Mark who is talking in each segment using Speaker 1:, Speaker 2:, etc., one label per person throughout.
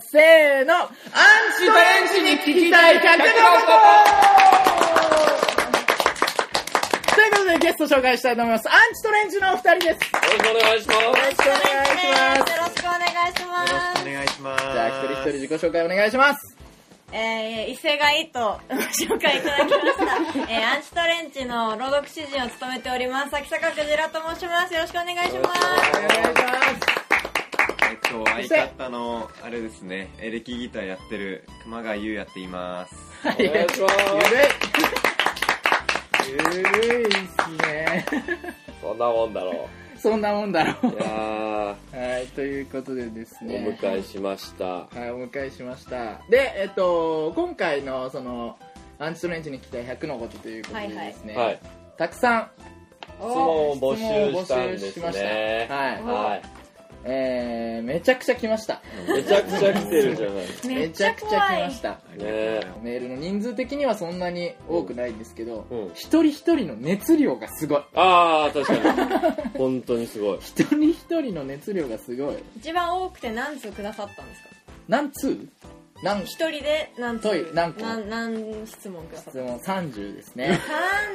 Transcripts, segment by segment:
Speaker 1: せーのアンチとエンチに聞きたい100のことということでゲスト紹介したいと思います。アンチトレンチのお二人です。
Speaker 2: よろしくお願いします。
Speaker 1: よろしくお願いします。
Speaker 3: よろしくお願いしま
Speaker 4: よろ
Speaker 3: す
Speaker 4: しくお。願いします。
Speaker 1: じゃあ、一人一人自己紹介お願いします。
Speaker 3: えー、伊勢がいいと紹介いただきました。えー、アンチトレンチの朗読詩人を務めております。秋坂くじらと申します。よろしくお願いします。
Speaker 1: お願いし
Speaker 4: えっと、相方の、あれですね、エレキギターやってる熊谷優也って言います。
Speaker 1: ます。
Speaker 2: お願いし
Speaker 1: ゆるい。ゆるいっすね。
Speaker 2: そんなもんだろ
Speaker 1: そんなもんだろ
Speaker 2: う。いや
Speaker 1: う。はい、ということでです
Speaker 2: ー、お
Speaker 1: ね。
Speaker 2: 迎えしました。
Speaker 1: はい、お迎えしました。で、えっと、今回の、その、アンチトレンチに来たい100のことということでですね、
Speaker 2: はい。
Speaker 1: たくさん
Speaker 2: 質問を募集したんで
Speaker 1: 質
Speaker 2: す
Speaker 1: 問を募集しま
Speaker 2: ね。
Speaker 1: したはい
Speaker 2: は
Speaker 1: えー、めちゃくちゃ来ました。
Speaker 2: い。めちゃくちゃ来てるじゃない。
Speaker 1: めちゃくちゃ来まし
Speaker 3: い。
Speaker 1: た。
Speaker 4: ありがとうございます
Speaker 1: メールの人数的にはそんなに多くないんですけど、
Speaker 2: うんうん
Speaker 1: 一人一人の熱量がすごい。
Speaker 2: ああ、確かに。本当にすごい。
Speaker 1: 一人一人の熱量がすごい。
Speaker 3: 一番多くて何通くださったんですか
Speaker 1: 何通何
Speaker 3: 一人で何
Speaker 1: 問い
Speaker 3: 通
Speaker 1: 何個
Speaker 3: 何何質問くださっ
Speaker 1: 質
Speaker 3: たんで
Speaker 1: 問30ですね
Speaker 3: す。か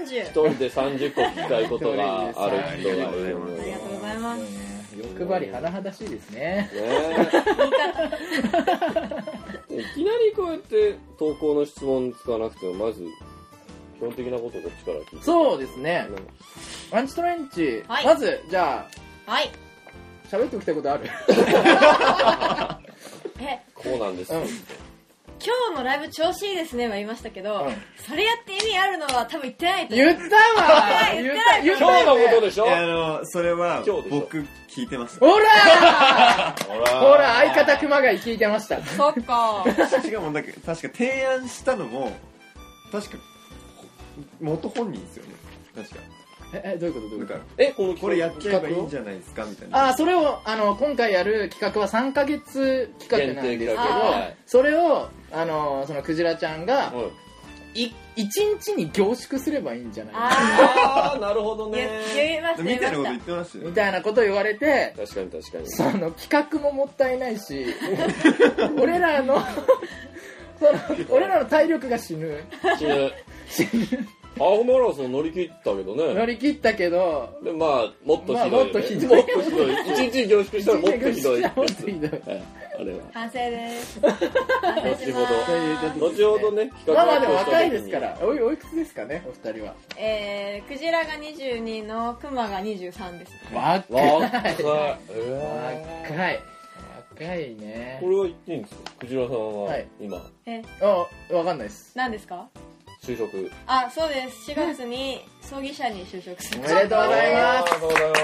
Speaker 3: 30!
Speaker 2: 一人で30個聞きたいことがある人がいるの
Speaker 3: あり
Speaker 2: ね
Speaker 3: がとうございます。
Speaker 1: 欲張り甚だしいですね。
Speaker 2: えいきなりこうやって投稿の質問使わなくても、まず、基本的なことをこっちから聞いて。
Speaker 1: そうですね。
Speaker 2: ね
Speaker 1: アンチトレンチ、
Speaker 3: はい
Speaker 1: まず、じゃあ、
Speaker 3: はい。
Speaker 1: 喋っておきたいことある
Speaker 3: え、
Speaker 2: こうなんです
Speaker 1: う
Speaker 2: よ。
Speaker 1: ん。
Speaker 3: 今日のライブ調子いいですねは言いましたけど、
Speaker 1: うん
Speaker 3: それやって意味あるのは多分言ってないと思う
Speaker 1: 言ったわ
Speaker 3: 言
Speaker 1: 言
Speaker 3: っ
Speaker 1: ってた
Speaker 3: ない
Speaker 1: 言った
Speaker 2: 今日のこと
Speaker 1: で
Speaker 2: でしょ
Speaker 4: いや、あの、それは
Speaker 2: 今日で、しょ
Speaker 4: 僕、聞いてます。
Speaker 1: ほら
Speaker 4: ほ
Speaker 1: ほら、相方熊谷聞いてました。
Speaker 3: そっか。
Speaker 4: しかも、なんか、確か提案したのも、確か、元本人ですよね。確か。
Speaker 1: え、えどういうことどうい
Speaker 4: な
Speaker 1: うんこ
Speaker 4: か、
Speaker 2: え、この
Speaker 4: これやっちゃえばいいんじ
Speaker 2: ゃ
Speaker 4: ゃないですかみたい
Speaker 1: と
Speaker 4: な。
Speaker 1: あー、それを、あの、今回やる企画は3ヶ月企画なんですけど
Speaker 2: 限定企
Speaker 3: 画
Speaker 2: はい、
Speaker 1: それを、あの、そのクジラちゃんが、
Speaker 2: うん。
Speaker 1: い、1日に凝縮すればいいんじゃない
Speaker 3: あ
Speaker 2: あー、なるほど
Speaker 3: ー言
Speaker 2: ね。
Speaker 3: 言いました言
Speaker 4: み
Speaker 3: い
Speaker 4: たいなこ
Speaker 3: ま
Speaker 4: と言っ
Speaker 3: して
Speaker 4: ましたよ
Speaker 1: み
Speaker 4: ね。
Speaker 1: たいなこと言われて、
Speaker 2: 確かに確かに。
Speaker 1: その企画ももったいない し俺らのその俺らの体力が死ぬ
Speaker 2: 死ぬ。ハーフマラソン乗り切ったけど
Speaker 1: 乗
Speaker 2: ね。
Speaker 1: り切ったけど
Speaker 2: で、まあ、もっとひどい、ね。
Speaker 1: まあもっとひどい
Speaker 2: もっとひどい。一日凝縮したらもっとひどい。
Speaker 1: もっとひどい
Speaker 2: はい、あれは。
Speaker 3: た反省です反省しま
Speaker 2: 後
Speaker 1: ほ
Speaker 3: す
Speaker 1: ど
Speaker 2: 後ほどね、企
Speaker 1: まあまあでも
Speaker 2: 発表した
Speaker 1: 若
Speaker 2: 時
Speaker 1: い
Speaker 2: に
Speaker 1: ですから。おいおいくつですかねお二人は
Speaker 3: えー、クジラが22のクマが23です
Speaker 1: 若
Speaker 2: 若い。え
Speaker 1: 若い若いね
Speaker 2: ーこれは言っていいんですかクジラさん
Speaker 1: は
Speaker 2: はい今、
Speaker 3: え
Speaker 1: あわかんないです
Speaker 3: 何ですか
Speaker 2: 就職。
Speaker 3: あそうです4月に葬儀社に就職す
Speaker 1: お
Speaker 3: る
Speaker 1: めでとうございま
Speaker 2: ありがとうございます。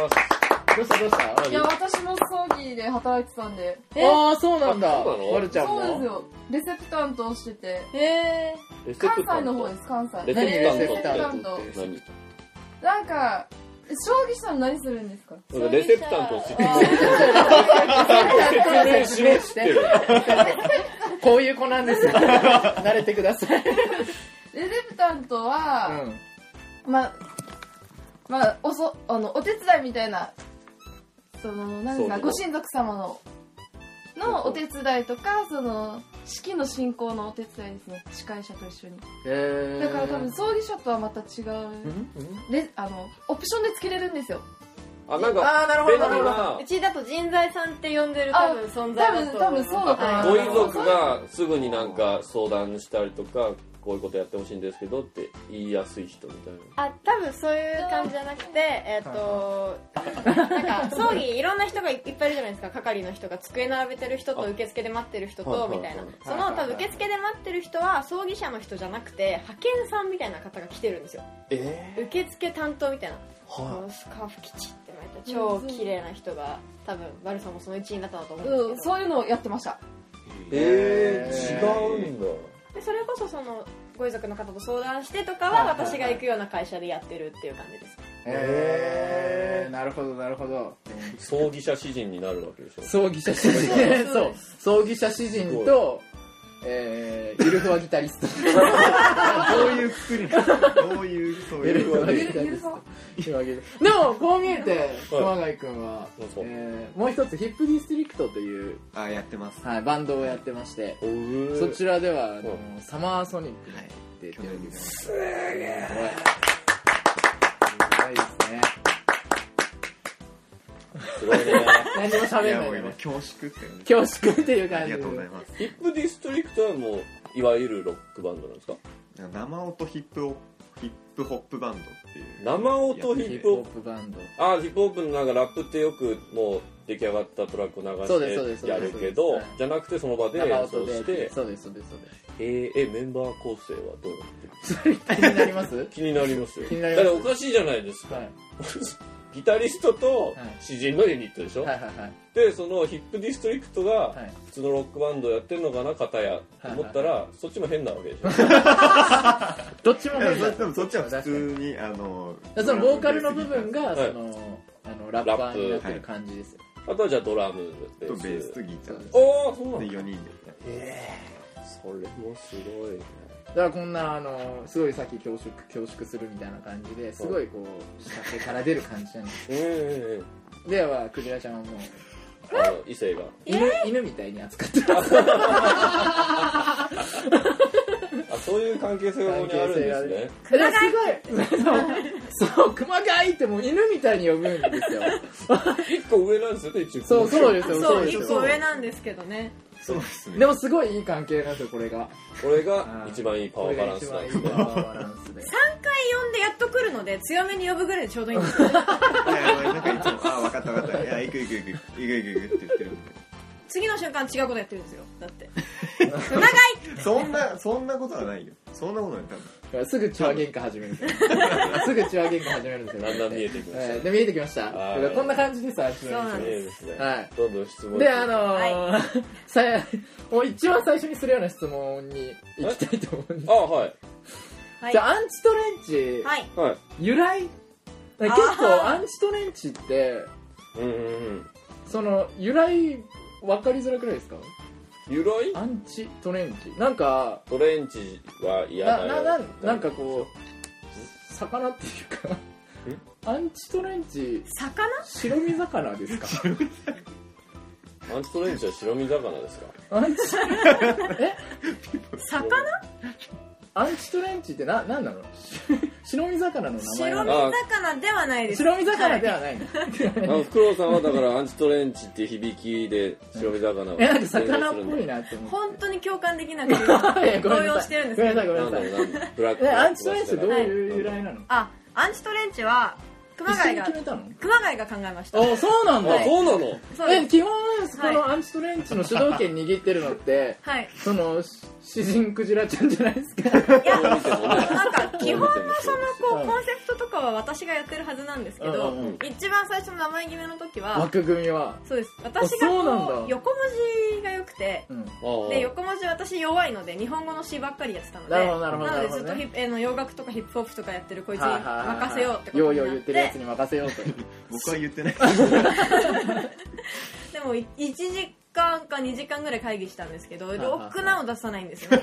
Speaker 1: すどうしたどうした
Speaker 5: いや、私も葬儀で働いてたんで。
Speaker 3: え
Speaker 1: ああそうなんだ
Speaker 2: あそうなの
Speaker 1: まるちゃん
Speaker 5: そうです
Speaker 1: も
Speaker 5: よ。レセプ担当してて。
Speaker 3: え
Speaker 2: レセ
Speaker 5: 関
Speaker 2: プタ
Speaker 5: 西
Speaker 2: ン
Speaker 5: の方
Speaker 2: ト
Speaker 5: です、関
Speaker 2: レセプ
Speaker 5: 西。
Speaker 2: タン
Speaker 1: レセプ
Speaker 5: タ
Speaker 2: ト
Speaker 5: ント
Speaker 2: って何
Speaker 5: なんか、将棋したの何するんですか
Speaker 3: ー、
Speaker 2: レセプタントって言っ
Speaker 3: 葬儀社は
Speaker 2: 説明しろってる。
Speaker 1: こういう子なんですよ慣れてください
Speaker 5: レセプタント
Speaker 1: う
Speaker 5: は、
Speaker 1: ん
Speaker 5: まあ、まあ、おそ、あの、お手伝いみたいな、その、なん
Speaker 2: そう
Speaker 5: か、
Speaker 2: ね
Speaker 5: ご親族様の、のお手伝いとか、その、式の進行のお手伝いですね。司会者と一緒に。
Speaker 1: えー
Speaker 5: だから多分、葬儀社とはまた違う、レ、あの、オプションでつけれるんですよ。
Speaker 2: あ、なんか、
Speaker 1: ああなるほどなるほど
Speaker 3: うちだと人材さんって呼んでる多分存在
Speaker 5: 多
Speaker 3: だ
Speaker 5: 分、
Speaker 3: と
Speaker 5: 多
Speaker 3: 思いま
Speaker 5: 分
Speaker 3: す
Speaker 5: そうだと思います。
Speaker 2: ご遺族がすぐになんか相談したりとか、こういうことやってほしいんですけどって言いやすい人みたいな。
Speaker 3: あ多分そういう感じじゃなくてえっ、となんか葬儀いろんな人がいっぱいいるじゃないですか係の人が机並べてる人と受付で待ってる人
Speaker 2: はいは
Speaker 3: と
Speaker 2: いはい
Speaker 3: みたいなそ
Speaker 1: はいはい
Speaker 3: の
Speaker 1: はい
Speaker 3: 多分受付で待ってる人は葬儀社の人じゃなくて派遣さんみたいな方が来てるんですよ
Speaker 2: え
Speaker 3: 受付担当みたいな
Speaker 2: ー
Speaker 3: こ
Speaker 2: は
Speaker 3: のスカーフきちって巻いた超綺麗な人が多分バルさんもその一員になったんだと思うん
Speaker 5: う
Speaker 3: で
Speaker 5: ん、
Speaker 3: すけど
Speaker 5: そういうのをやってました。
Speaker 2: いえー、違うんだ。
Speaker 3: でそれこそそのご遺族の方と相談してとかは私が行くような会社でやってるっていう感じです
Speaker 1: へえなるほどなるほど
Speaker 2: 葬儀者詩人になるわけでしょ。
Speaker 1: 葬儀者詩人そう葬儀者詩人とえー、ゆるふわギタリスト。
Speaker 4: どういう作りなのどういう、そう
Speaker 1: ゆる
Speaker 4: い
Speaker 1: ふわ
Speaker 4: う。
Speaker 1: ギタリスト。でも、こう見えて、熊谷くんは、
Speaker 2: そうそう
Speaker 1: えー、もう一つ、ヒップディストリクトという、
Speaker 4: あ、やってます。
Speaker 1: はい、バンドをやってまして、
Speaker 2: おう
Speaker 1: そちらでは、あの
Speaker 2: う
Speaker 1: サマーソニックに出て
Speaker 4: 去
Speaker 1: おり
Speaker 4: 年
Speaker 1: ま。
Speaker 4: ですす。
Speaker 1: すごい。すごいですね。
Speaker 2: すごいね。
Speaker 1: 何も
Speaker 4: い
Speaker 1: 喋
Speaker 4: や、
Speaker 1: んな
Speaker 4: もう
Speaker 1: い
Speaker 4: 今、
Speaker 1: ね。
Speaker 4: 恐縮って感じ。
Speaker 1: 恐縮っていう
Speaker 4: あ
Speaker 1: 感
Speaker 4: り
Speaker 1: じ
Speaker 4: がとうござい
Speaker 1: で。
Speaker 4: ます。
Speaker 2: ヒップディストリクトはもう、いわゆるロックバンドなんですか
Speaker 4: 生音ヒップホヒップホップバンドっていう。
Speaker 2: 生音ヒ
Speaker 1: ヒ
Speaker 2: ッ
Speaker 1: ッ
Speaker 2: プ
Speaker 1: プ
Speaker 2: ホ
Speaker 1: ホ
Speaker 2: ッ
Speaker 1: ッ
Speaker 2: プ。
Speaker 1: プバンド。
Speaker 2: あー、ヒップホップのなんかラップってよくもう出来上がったトラックを
Speaker 1: そうですそう
Speaker 2: 流
Speaker 1: で
Speaker 2: し
Speaker 1: す
Speaker 2: て
Speaker 1: そう
Speaker 2: や
Speaker 1: です
Speaker 2: るけど
Speaker 1: はい、
Speaker 2: じゃなくてその場で
Speaker 1: 生
Speaker 2: 演
Speaker 1: 音
Speaker 2: 奏
Speaker 1: で
Speaker 2: して、
Speaker 1: そうですそうですそうです
Speaker 2: えー、え、メンバー構成はどうなってる
Speaker 1: 気になります
Speaker 2: 気になりますよ。
Speaker 1: 気になります
Speaker 2: だっておかしいじゃないですか。
Speaker 1: はい
Speaker 2: ギタリストと
Speaker 1: はい
Speaker 2: 詩人のユニットでしょ、
Speaker 1: はいはいはい
Speaker 2: で、そのヒップディストリクトが
Speaker 1: はい
Speaker 2: 普通のロックバンドやってるのかな、方や、と思ったら、そっちも変なわけでしょ
Speaker 1: どっちも
Speaker 4: で
Speaker 1: 無理
Speaker 4: も
Speaker 1: だ
Speaker 4: そでもそっちは普
Speaker 1: 確
Speaker 4: 通に、あの
Speaker 1: かにそのボーカルの部分が
Speaker 2: はい
Speaker 1: そのあのラッパーになってる感じですよ
Speaker 2: あとはじゃあドラムベ
Speaker 4: と
Speaker 2: ース。
Speaker 4: ベースとギターで
Speaker 2: おー、そうなんだ。
Speaker 4: 4人で
Speaker 2: それもすごいね。
Speaker 1: だからこんなあのすごいさっき恐縮恐縮するみたいな感じですごいこう仕掛けから出る感じなんです
Speaker 2: うんうん
Speaker 1: ではクジラちゃんはもう
Speaker 2: うん。あの、異性が。
Speaker 1: 犬犬みたいに扱ってる
Speaker 2: あ、そういう関係性がここにあるんですね。
Speaker 1: えでもすごいそうそう熊谷ってもう犬みたいに呼ぶんですよ
Speaker 2: 一個上なんですよね、一応。
Speaker 1: そうそうですよ
Speaker 3: そう、
Speaker 1: ですよ
Speaker 3: 一個上なんですけどね。
Speaker 4: そうですね
Speaker 1: でもすごいいい関係なんですよこれが
Speaker 2: これが一番いいパワーバランス
Speaker 1: こ
Speaker 2: なん
Speaker 1: れ
Speaker 2: で
Speaker 1: が
Speaker 2: す
Speaker 1: 一番いい
Speaker 2: ね。
Speaker 1: パワーバランスで
Speaker 3: 呼んでやっと来るので、強めに呼ぶぐらいでちょうどいいんですよ。
Speaker 4: いやいやなんかいつも「あ分かった分かったいや行く行く行く行く行く行く」って言ってるんで
Speaker 3: 次の瞬間違うことやってるんですよ。だって。
Speaker 4: そんなそんなことはないよそんなことない多分
Speaker 1: すぐチワ喧嘩始めるんですよ。すぐチワ喧嘩始めるんですよ。
Speaker 2: だんだん見えてきました
Speaker 1: えーで、見えてきました
Speaker 2: はい。
Speaker 1: こんな感じです、あ
Speaker 3: そうなん
Speaker 2: いい
Speaker 3: で
Speaker 2: ですね。
Speaker 1: はい
Speaker 2: どんどん質問
Speaker 1: で、あのー、 さや、もう一番最初にするような質問に行きたいと思うんです。
Speaker 2: あ、はい。
Speaker 3: はい
Speaker 1: じ。ゃあ、アンチトレンチ、
Speaker 3: はい。
Speaker 2: はい。
Speaker 1: 由来結構、アンチトレンチって、
Speaker 2: うんうんうん。
Speaker 1: その、由来、わかりづらくないですか
Speaker 2: 由来
Speaker 1: アンチトレンチ。なんか、
Speaker 2: トレンチは嫌だ
Speaker 1: な、
Speaker 2: よ。
Speaker 1: な、ななんかこう、魚っていう か、アンチトレンチ、
Speaker 3: 魚
Speaker 1: 白身魚ですか
Speaker 2: アンチトレンチは白身魚ですか
Speaker 1: アンチ え
Speaker 3: 魚
Speaker 1: アンチトレンチってな何なの白身魚の名前
Speaker 3: 白
Speaker 1: な
Speaker 3: 身
Speaker 1: の
Speaker 3: 魚ではないです。
Speaker 1: 白身魚ではないの、
Speaker 2: あの、フクロウさんはだからアンチトレンチって響きで白身魚を
Speaker 1: えなんか魚っぽいなって思
Speaker 3: 本当に共感できな くて
Speaker 1: って
Speaker 3: 動揺してるんです
Speaker 1: ごめ
Speaker 3: け
Speaker 1: んなさい
Speaker 3: ど
Speaker 1: ごめ
Speaker 2: なん
Speaker 1: んなさい
Speaker 2: だろ
Speaker 1: う
Speaker 2: なんだろうブラック
Speaker 1: え
Speaker 2: な
Speaker 1: アンチトレンチってどういう由来なの
Speaker 3: あアンチトレンチは熊
Speaker 1: 一緒
Speaker 3: 谷
Speaker 1: に
Speaker 3: が
Speaker 1: 決めたの
Speaker 3: 熊谷が考えました
Speaker 1: おそうなんだ、
Speaker 2: あ、そうなの
Speaker 3: そう
Speaker 1: え
Speaker 3: です
Speaker 1: 基本このアンチトレンチの主導権握ってるのって
Speaker 3: はい
Speaker 1: そのし詩人クジラちゃんじゃないですか
Speaker 3: いや
Speaker 2: どう
Speaker 3: な
Speaker 2: 見
Speaker 3: ん
Speaker 2: てもね
Speaker 3: か基本のその
Speaker 1: う
Speaker 3: こうんコンセプトとかは私がやってるはずなんですけど、
Speaker 1: うんうんうん
Speaker 3: 一番最初の名前決めの時は
Speaker 1: 枠組みは、
Speaker 3: そうです私
Speaker 1: あ
Speaker 3: が
Speaker 1: そうなん
Speaker 3: こ
Speaker 1: だ
Speaker 3: う横文字が良くて
Speaker 1: うん、
Speaker 2: あ
Speaker 3: で横文字私弱いので日本語の詩ばっかりやってたので
Speaker 1: なるほどなるほど
Speaker 3: なので
Speaker 1: なるほ
Speaker 3: ちょっ
Speaker 1: ど
Speaker 3: と
Speaker 1: ね
Speaker 3: ヒップあの洋楽とかヒップホップとかやってるこいつに
Speaker 1: はいはいはい
Speaker 3: 任せようってこ
Speaker 1: よ
Speaker 3: と
Speaker 1: う
Speaker 3: に
Speaker 1: よう
Speaker 3: な
Speaker 1: 言
Speaker 3: っ
Speaker 1: ってるやつ
Speaker 3: て
Speaker 1: に任せようと
Speaker 4: 僕は言ってない
Speaker 3: でも1時間か2時間ぐらい会議したんですけど
Speaker 1: いはい
Speaker 3: ろくなの出さないんです よね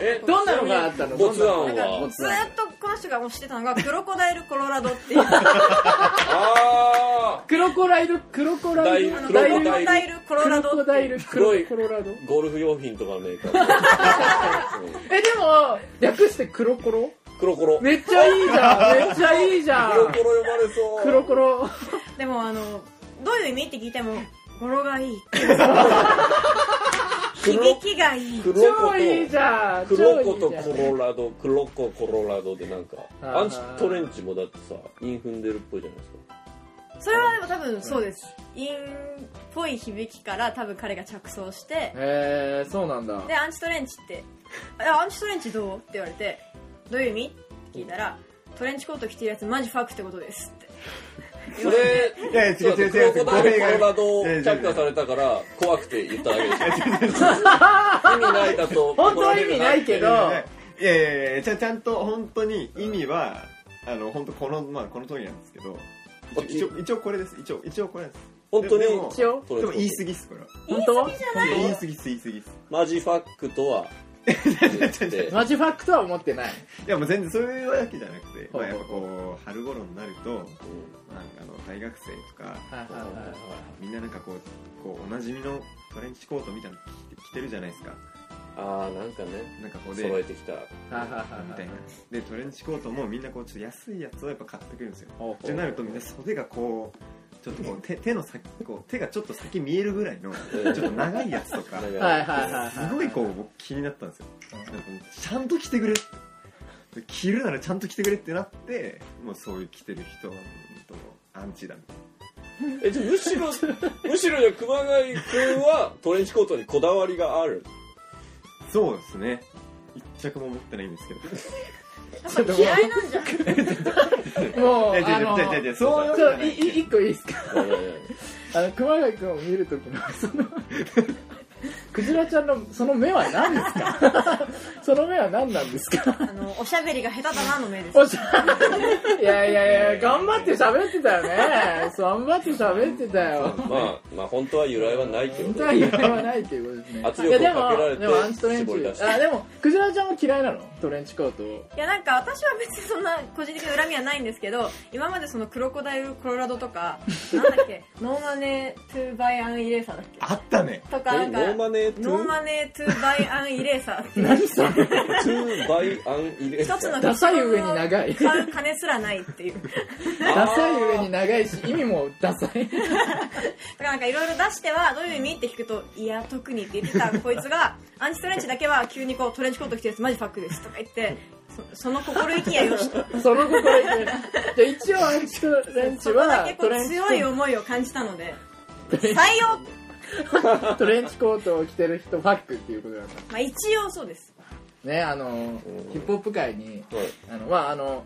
Speaker 2: え
Speaker 1: どんなのがあったの
Speaker 2: ボツワン
Speaker 1: どんなのが
Speaker 2: は
Speaker 3: ずーっとこの人が推してたのが「クロコダイルコロラド」っていうあ
Speaker 2: あ
Speaker 1: クロコライルクロコライ
Speaker 2: ダイ
Speaker 1: ル
Speaker 3: の
Speaker 2: ク
Speaker 3: ク
Speaker 2: ロコ
Speaker 3: ロコ
Speaker 2: ダイル
Speaker 3: ダイルコ
Speaker 1: コ
Speaker 3: ロ
Speaker 1: ロ
Speaker 3: ラ
Speaker 1: ラ
Speaker 3: ド
Speaker 1: ド
Speaker 3: って
Speaker 1: ダイ
Speaker 3: いう
Speaker 1: ル
Speaker 2: 黒い
Speaker 1: コロラド
Speaker 2: ーゴルフ用品とかのメーカー
Speaker 1: えでも略して黒コロ
Speaker 2: 黒コロ
Speaker 1: めっちゃいいじゃんめっちゃいいじゃん
Speaker 2: 黒コロ呼ばれそう
Speaker 1: 黒コロ
Speaker 3: でもあのどういう意味って聞いても「語呂 がいい」響きがいい
Speaker 2: 黒子
Speaker 1: 超いいじ
Speaker 2: と
Speaker 1: ゃん
Speaker 2: 黒
Speaker 1: 超
Speaker 2: 子
Speaker 1: いい
Speaker 2: と
Speaker 1: じゃん
Speaker 2: コロラド黒子コロラドでなんか
Speaker 1: あー
Speaker 2: アンチトレンチもだってさイン踏んでるっぽいじゃないですか
Speaker 3: それはでも多分そうです陰っぽい響きから多分彼が着想して
Speaker 1: へえそうなんだ
Speaker 3: で、アンチトレンチって、あアンチトレンチどうって言われて、どういう意味って聞いたら、トレンチコート着てるやつマジファックってことですって。
Speaker 2: それ
Speaker 4: いやいや違う違う違う
Speaker 2: クロコダイルコロラドを却下されたから怖くて言っただけです意味ないだと
Speaker 1: 本当は意味ないけど
Speaker 4: いやいやいやちゃちゃんと本当に意味はあの本当このまあこの通りなんですけど一応一応これです一応一応これです
Speaker 2: 本当に
Speaker 4: でも
Speaker 1: 一応
Speaker 4: でも言い過ぎっす、これは。
Speaker 1: 本当は
Speaker 4: 言い過ぎっす、言い過ぎっす。
Speaker 2: マジファックとは言って
Speaker 1: マジファックとは思ってない
Speaker 4: いや、もう全然そういうわけじゃなくて、
Speaker 1: ほうほう
Speaker 4: まあやっぱこう、春頃になると、まあ、あの、大学生とか、
Speaker 1: はいはいはいはい
Speaker 4: みんななんかこう、こう、おなじみのトレンチコートみたいなの着て着てるじゃないですか。
Speaker 2: ああなんかね
Speaker 4: なんかこうで、
Speaker 2: 揃えてきた
Speaker 1: はいはい
Speaker 4: み
Speaker 1: はい
Speaker 4: た
Speaker 1: はいい
Speaker 4: な。で、トレンチコートもみんなこう、ちょっと安いやつをやっぱ買ってくるんですよ。
Speaker 1: ほうほう
Speaker 4: ってなるとみんな袖がこう、ちょっとこう、手手の先、こう、手がちょっと先見えるぐらいの、ちょっと長いやつと か、
Speaker 2: 長
Speaker 1: はいはいはい
Speaker 4: すごいこう僕気になったんですよなんかちゃんと着てくれって着るならちゃんと着てくれってなってもうそういう着てる人はもうアンチだみたい
Speaker 2: えじゃあむしろむしろじゃあ熊谷君はトレンチコートにこだわりがある
Speaker 4: なそうですね一着も持ってないんですけど
Speaker 1: ちょっともう
Speaker 3: 嫌いなんじゃん。
Speaker 1: もう
Speaker 4: いや
Speaker 1: あ
Speaker 4: いや
Speaker 1: の
Speaker 4: いやいやいや
Speaker 1: ちょ
Speaker 4: そういうわけじゃない
Speaker 1: いい一個いいですか
Speaker 2: いやいやいや
Speaker 1: あの熊谷君を見るときのその クジラちゃんのその目は何ですかその目は何なんですか
Speaker 3: あ の、おしゃべりが下手だなの目です。
Speaker 1: おしゃ いやいやいや頑張って喋ってたよね頑張って喋ってた よ
Speaker 2: まあまあ本当は由来はないけど
Speaker 1: 本当
Speaker 2: ね
Speaker 1: は言わないということです
Speaker 2: 圧
Speaker 1: ね
Speaker 2: 力を
Speaker 1: いや
Speaker 2: かけられ
Speaker 1: で
Speaker 2: て
Speaker 1: もでもアンチトレン
Speaker 2: 絞り出し
Speaker 1: チ
Speaker 2: た
Speaker 1: あでもクジラちゃんは嫌いなのトレンチコートを
Speaker 3: いやなんか私は別にそんな個人的な恨みはないんですけど今までそのクロコダイルコロラドとかなんだっ けノーマネートゥーバイアンイレーサーだっけ
Speaker 4: あったね
Speaker 3: とかな
Speaker 2: え
Speaker 3: ん
Speaker 2: ノ
Speaker 3: か
Speaker 2: ーマネート
Speaker 3: ノー
Speaker 2: ゥ
Speaker 3: マネートゥーバイアンイレーサーっていう
Speaker 2: トゥーバイアンイレーサー
Speaker 3: 一つの
Speaker 1: ダサい上に長 い
Speaker 3: 買う金すらないっていう
Speaker 1: ダサい上に長いし意味もダサい
Speaker 3: だからなんかいろいろ出してはどういう意味って聞くといや特にって言ってたこいつがアンチトレンチだけは急にこうトレンチコート着てるやつマジファックですとか言ってそその心意気やよしと
Speaker 1: その心意気じゃあ一応アンチトレンチ
Speaker 3: そこだ
Speaker 1: は
Speaker 3: けこ
Speaker 1: ト
Speaker 3: う
Speaker 1: レンチコ
Speaker 3: 強い
Speaker 1: ー
Speaker 3: 思いを感じたので
Speaker 1: ト
Speaker 3: 採用
Speaker 1: トトレンチコートを着てる人ファックっていうことだから
Speaker 3: まあ一応そうです
Speaker 1: ねあのヒップホップ界に
Speaker 2: はい
Speaker 1: あのまああの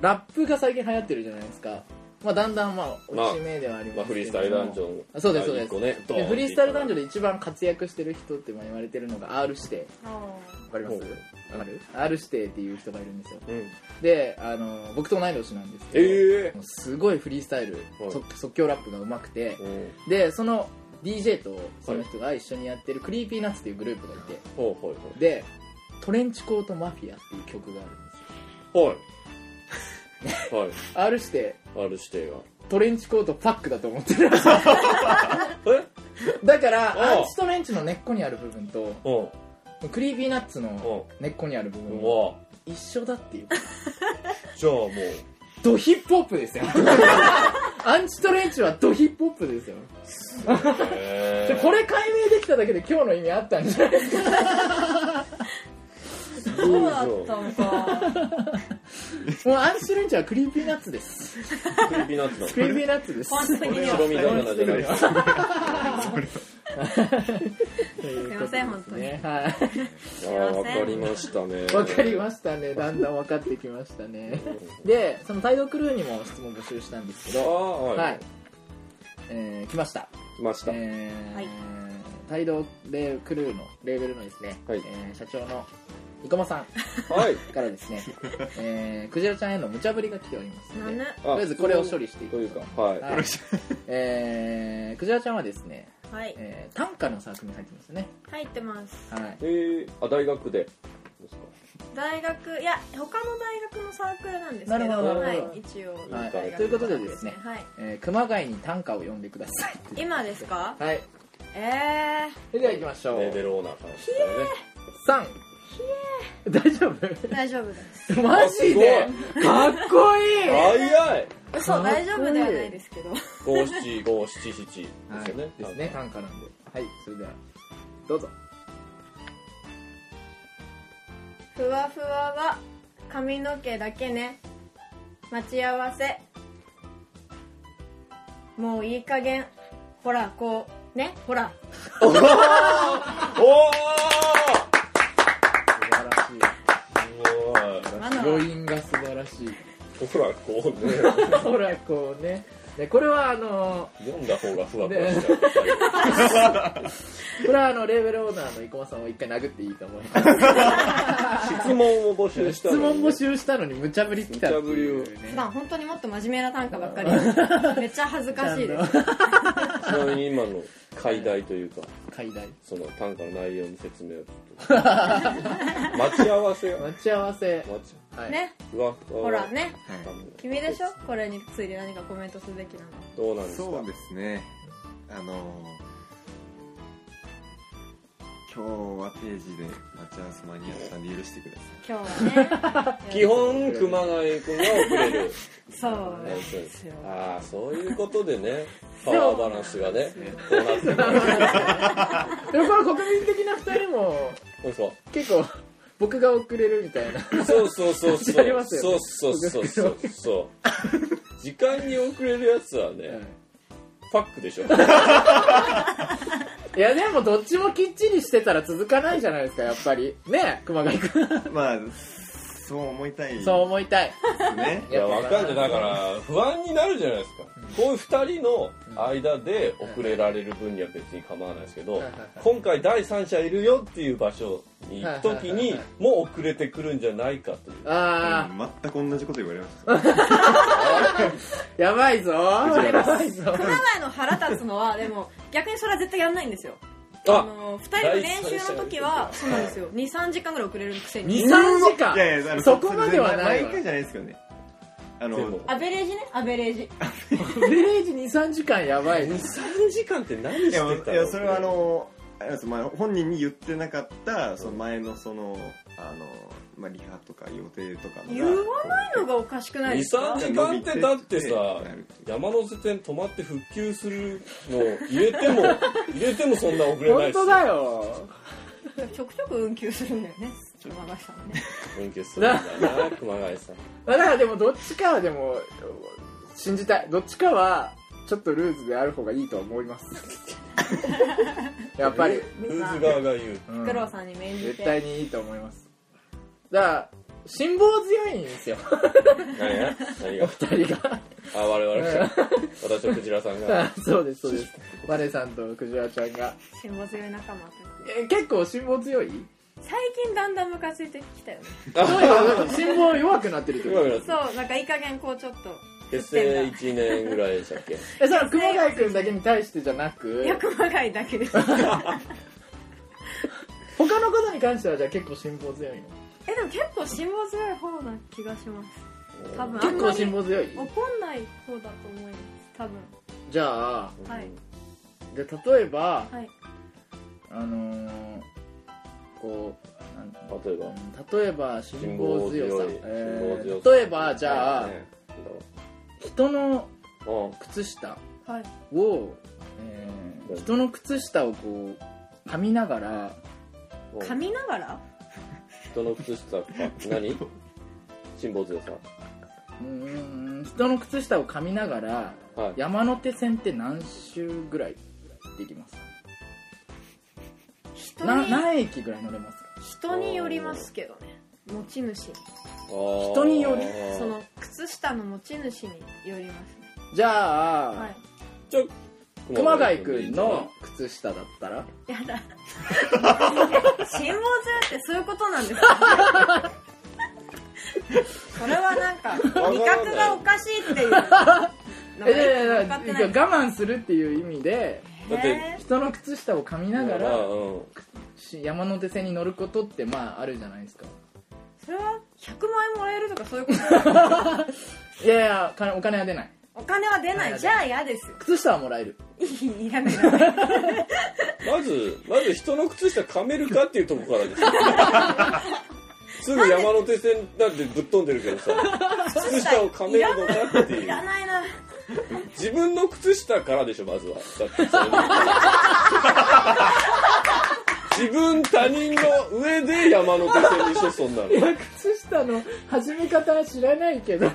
Speaker 1: ラップが最近流行ってるじゃないですかまあだんだんまあ
Speaker 2: まあ
Speaker 1: 落ち目ではありますけども、
Speaker 2: まあフリースタイルダンジョン
Speaker 1: あそうですそうで
Speaker 2: 一個ね
Speaker 1: す、
Speaker 2: ドーン
Speaker 1: で
Speaker 2: って
Speaker 1: フリースタイルダンジョンで一番活躍してる人ってまあ言われてるのが R 指定わかります
Speaker 2: ほう
Speaker 1: わかる ?R 指定っていう人がいるんですよ
Speaker 2: うん
Speaker 1: であの僕と同い年なんですけど、
Speaker 2: え
Speaker 1: もうすごいフリースタイル、
Speaker 2: はい
Speaker 1: 即即興ラップが上手くて
Speaker 2: え、うん
Speaker 1: でその DJ とその人が一緒にやってるクリーピーナッツっていうグループがいて
Speaker 2: ほうはい
Speaker 1: で「トレンチコートマフィア」っていう曲があるんですよ
Speaker 2: はいはい
Speaker 1: R して
Speaker 2: ある指定が
Speaker 1: トレンチコートパックだと思ってる
Speaker 2: え
Speaker 1: だから
Speaker 2: お
Speaker 1: ア
Speaker 2: う
Speaker 1: ンチトレンチの根っこにある部分と
Speaker 2: うん
Speaker 1: クリーピーナッツの
Speaker 2: う
Speaker 1: 根っこにある部
Speaker 2: ん
Speaker 1: 分
Speaker 2: うわ
Speaker 1: 一緒だっていう
Speaker 2: じゃあもう
Speaker 1: ドヒップホップです よアンチトレンチはドヒップホップですよ
Speaker 2: へ
Speaker 1: で
Speaker 2: ー
Speaker 1: これ解明できただけで今日の意味あったんじゃ ない
Speaker 3: そうだったのか
Speaker 1: もうアンチトレンチはクリーピーナッツです
Speaker 2: クリビナッツなの
Speaker 1: クリーピーナッツです
Speaker 3: 本質的には
Speaker 2: 白身魚じゃないです
Speaker 1: す
Speaker 3: すいません本当に
Speaker 1: はい
Speaker 2: ああわかりましたね
Speaker 1: わかりましたね。だんだん分かってきましたね。で、その態度クルーにも質問募集したんですけ
Speaker 2: あ
Speaker 1: ど、
Speaker 2: あはい、
Speaker 1: はい。えー、来ました。
Speaker 2: 来ました、
Speaker 1: えー、
Speaker 3: はい
Speaker 1: 態度レクルーの、レーベルのですね、
Speaker 2: はい
Speaker 1: えー社長の生駒さ
Speaker 2: はい
Speaker 1: んから ですね、えー、クジラちゃんへの無茶ぶりが来ておりますの
Speaker 3: 何
Speaker 1: で、
Speaker 3: ぬ
Speaker 1: と
Speaker 2: と
Speaker 1: りあえずこれを処理してい
Speaker 2: とい
Speaker 1: く
Speaker 2: うかはい、
Speaker 1: はいえー、クジラちゃんはですね、
Speaker 3: はい
Speaker 1: えー、短歌のサークルに入ってますよね。
Speaker 3: 入ってます
Speaker 1: はい。
Speaker 2: えー、あ大学でですか
Speaker 3: 大学いや他の大学のサークルなんです
Speaker 1: な
Speaker 3: けど
Speaker 1: るほど
Speaker 3: は
Speaker 1: なる
Speaker 3: い
Speaker 1: ほど
Speaker 3: 一応
Speaker 1: はい
Speaker 3: 大学
Speaker 1: ということでですね
Speaker 3: はい
Speaker 1: えー、熊谷に短歌を読んでください。
Speaker 3: 今ですか
Speaker 1: はい。
Speaker 3: え
Speaker 1: それでは行きましょう。
Speaker 2: レーベルオーナーからですからね
Speaker 1: 三。大丈夫
Speaker 3: ー、大丈夫です
Speaker 1: マジでかっこいい
Speaker 2: 早い
Speaker 1: かっ
Speaker 3: 嘘
Speaker 1: こいい
Speaker 3: 大丈夫ではないですけど
Speaker 2: 五七五七七ですよね、
Speaker 1: はいですね、短歌なんで。はい、それでは、どうぞ。
Speaker 3: ふわふわは髪の毛だけね待ち合わせもういい加減ほらこうねほら
Speaker 2: お
Speaker 1: 素晴らし
Speaker 2: ー
Speaker 3: マナ
Speaker 1: い。
Speaker 3: ー
Speaker 1: 余韻が素晴らしい。
Speaker 2: すごいほらこうね
Speaker 1: ほら、こうね。でこれはあの
Speaker 2: 読んだ方がふわふわしちゃう最後。
Speaker 1: これはあのレーベルオーナーの生駒さんを一回殴っていいと思い ます
Speaker 2: 質問を募集した
Speaker 1: 質
Speaker 2: の
Speaker 1: 問
Speaker 2: に
Speaker 1: 募集したのに無茶ぶり来たっていう、ね、
Speaker 3: 普段本当にもっと真面目な短歌ば っかりめっちゃ恥ずかしいで す
Speaker 2: ちなみに今の解題というか
Speaker 1: 解題
Speaker 2: その短歌の内容の説明 をちょっと待ち合わせが
Speaker 1: 待ち合わせ、
Speaker 2: 待ち
Speaker 1: はい、
Speaker 3: ね
Speaker 2: ふわふわ
Speaker 3: ほらね
Speaker 2: はい
Speaker 3: 君でしょこれについて何かコメントすべきなの
Speaker 2: どうなんですか
Speaker 4: そうですねあのー今日は定時で待ち合わせ間に合ったんで許してくださ
Speaker 3: 今日はね
Speaker 2: 基本熊谷君が遅れる
Speaker 3: そうですよ
Speaker 2: ああそういうことでねパワーバランスがねこうなってる
Speaker 1: でもこの国民的な2人も
Speaker 2: そう
Speaker 1: 結構僕が遅れるみたいな
Speaker 2: そうそうそう
Speaker 1: やり
Speaker 2: そ
Speaker 1: ま
Speaker 2: う
Speaker 1: すよ
Speaker 2: そうそうそうそうそう時間に遅れるやつはねファックでしょ
Speaker 1: いやでもどっちもきっちりしてたら続かないじゃないですかやっぱりね熊谷君
Speaker 4: い まあそう思いたいです
Speaker 1: そう思いたい
Speaker 4: ね
Speaker 2: いやわかんないだから不安になるじゃないですかこういう2人の間で遅れられる分には別に構わないですけど
Speaker 1: はいはい
Speaker 2: 今回第三者いるよっていう場所に行く時
Speaker 1: はいはい
Speaker 2: に
Speaker 1: はい
Speaker 2: もう遅れてくるんじゃないかという
Speaker 1: ああ
Speaker 4: 全く同じこと言われました
Speaker 1: やばいぞ
Speaker 4: 藤
Speaker 1: や
Speaker 4: 原
Speaker 1: ばいぞ
Speaker 3: 熊谷の腹立つのはでも逆にそれは絶対やんないんですよあ
Speaker 2: あ
Speaker 3: の2人の練習の時はそうなんですよ23時間ぐらい遅れるくせ
Speaker 1: 23
Speaker 3: に
Speaker 1: 時間
Speaker 4: いやいやあの
Speaker 1: そこまではない
Speaker 4: 毎
Speaker 1: わ
Speaker 4: 回じゃないですけどねあの
Speaker 2: でも
Speaker 3: アベレージねアベレージ
Speaker 1: 0時23時間やばいね
Speaker 2: 3時間って何し
Speaker 4: いや
Speaker 2: てたの
Speaker 4: いやそれはあのあれですまあ本人に言ってなかったその前のそのあの、まあ、リハとか予定とかのが
Speaker 3: 言わないのがおかしくないです
Speaker 2: 23
Speaker 3: か
Speaker 2: 時間ってだってさ山手線止まって復旧するのを入れても入れてもそんな遅れな
Speaker 1: 本
Speaker 2: いです
Speaker 1: 当
Speaker 2: よ
Speaker 1: だよ
Speaker 3: ちょくちょく運休するんだよね熊谷さんね
Speaker 2: 運休するんだな熊谷さん
Speaker 1: だからでもどっちかはでも信じたいどっちかはちょっとルーズである方がいいと思います やっぱり、
Speaker 2: ルーズ側が言う
Speaker 1: うん
Speaker 3: 九郎さんに免じて
Speaker 1: 絶対にいいと思いますだから辛抱強いんですよ
Speaker 2: 何や何が
Speaker 1: 二人が
Speaker 2: あ我々が私はクジラさんが
Speaker 1: そうですそうですマネさんとクジラちゃんが
Speaker 3: 辛抱強い仲間と
Speaker 1: え結構辛抱強い
Speaker 3: 最近だんだんムカついてきたよね
Speaker 1: そういう辛抱弱くなってるってこ
Speaker 2: 今
Speaker 1: と
Speaker 2: ぐらい
Speaker 3: そうなんかいい加減こうちょっと
Speaker 2: 結成1年ぐらいでしたっけ
Speaker 1: えそれは熊谷君だけに対してじゃなく
Speaker 3: いや熊谷 だけです
Speaker 1: 他のことに関してはじゃあ結構辛抱強いの
Speaker 3: えでも結構辛抱強い方な気がします多分あん
Speaker 1: 結
Speaker 3: ま
Speaker 1: 構
Speaker 3: り
Speaker 1: 辛抱強い
Speaker 3: 怒んない方だと思います多分
Speaker 1: じゃあ
Speaker 3: はい
Speaker 1: じゃあ例えば
Speaker 3: はい
Speaker 1: あのー、こうなん
Speaker 2: 例えば
Speaker 1: うん例えば辛抱強さ
Speaker 2: 辛抱強い
Speaker 1: え
Speaker 2: 辛抱強
Speaker 1: ー
Speaker 2: さ
Speaker 1: 例えばじゃあ、
Speaker 2: ね
Speaker 1: 人の
Speaker 2: うん
Speaker 1: 靴下
Speaker 3: はい
Speaker 1: を、えー人の靴下をこう噛みながら
Speaker 2: うん
Speaker 3: 噛みながら
Speaker 2: 人の靴下か何辛抱強さ
Speaker 1: うーん人の靴下を噛みながら
Speaker 2: はい
Speaker 1: 山手線って何周ぐらいできますか
Speaker 3: 人
Speaker 1: な
Speaker 3: に
Speaker 1: 何駅ぐらい乗れますか
Speaker 3: 人によりますけどね持ち主
Speaker 2: 人
Speaker 1: により
Speaker 3: その靴下の持ち主によりますね
Speaker 1: じゃあ、
Speaker 3: はい
Speaker 2: じゃあ
Speaker 1: 熊谷君の靴下だったら
Speaker 3: や だ辛抱強いってそういうことなんですか それはなんか味
Speaker 2: かんない
Speaker 3: 覚がおかしいっていうの
Speaker 1: えいやい
Speaker 3: が
Speaker 1: や
Speaker 3: 分
Speaker 1: い
Speaker 3: か
Speaker 1: や
Speaker 3: ってない
Speaker 1: 我慢するっていう意味で
Speaker 2: だって
Speaker 3: へ
Speaker 1: 人の靴下を噛みなが
Speaker 2: まあ
Speaker 1: ら
Speaker 2: うん
Speaker 1: し山手線に乗ることってまああるじゃないですか
Speaker 3: ーそれは100万円もらえるとかそういうこと
Speaker 1: いやいや金お金は出ない
Speaker 3: お金は出ないじゃあ嫌ですよ
Speaker 1: 靴下はもらえる
Speaker 3: いいいらないいらない
Speaker 2: まず、まず人の靴下噛めるかっていうとこからですよ。す ぐ山手線なんてぶっ飛んでるけどさ、靴下を噛めるのかって
Speaker 3: い
Speaker 2: いう
Speaker 3: ら。ないな
Speaker 2: 自分の靴下からでしょ、まずは。だってそれ自分他人の上で山手線にしょ、そんなの。
Speaker 1: いや靴下の始め方は知らないけど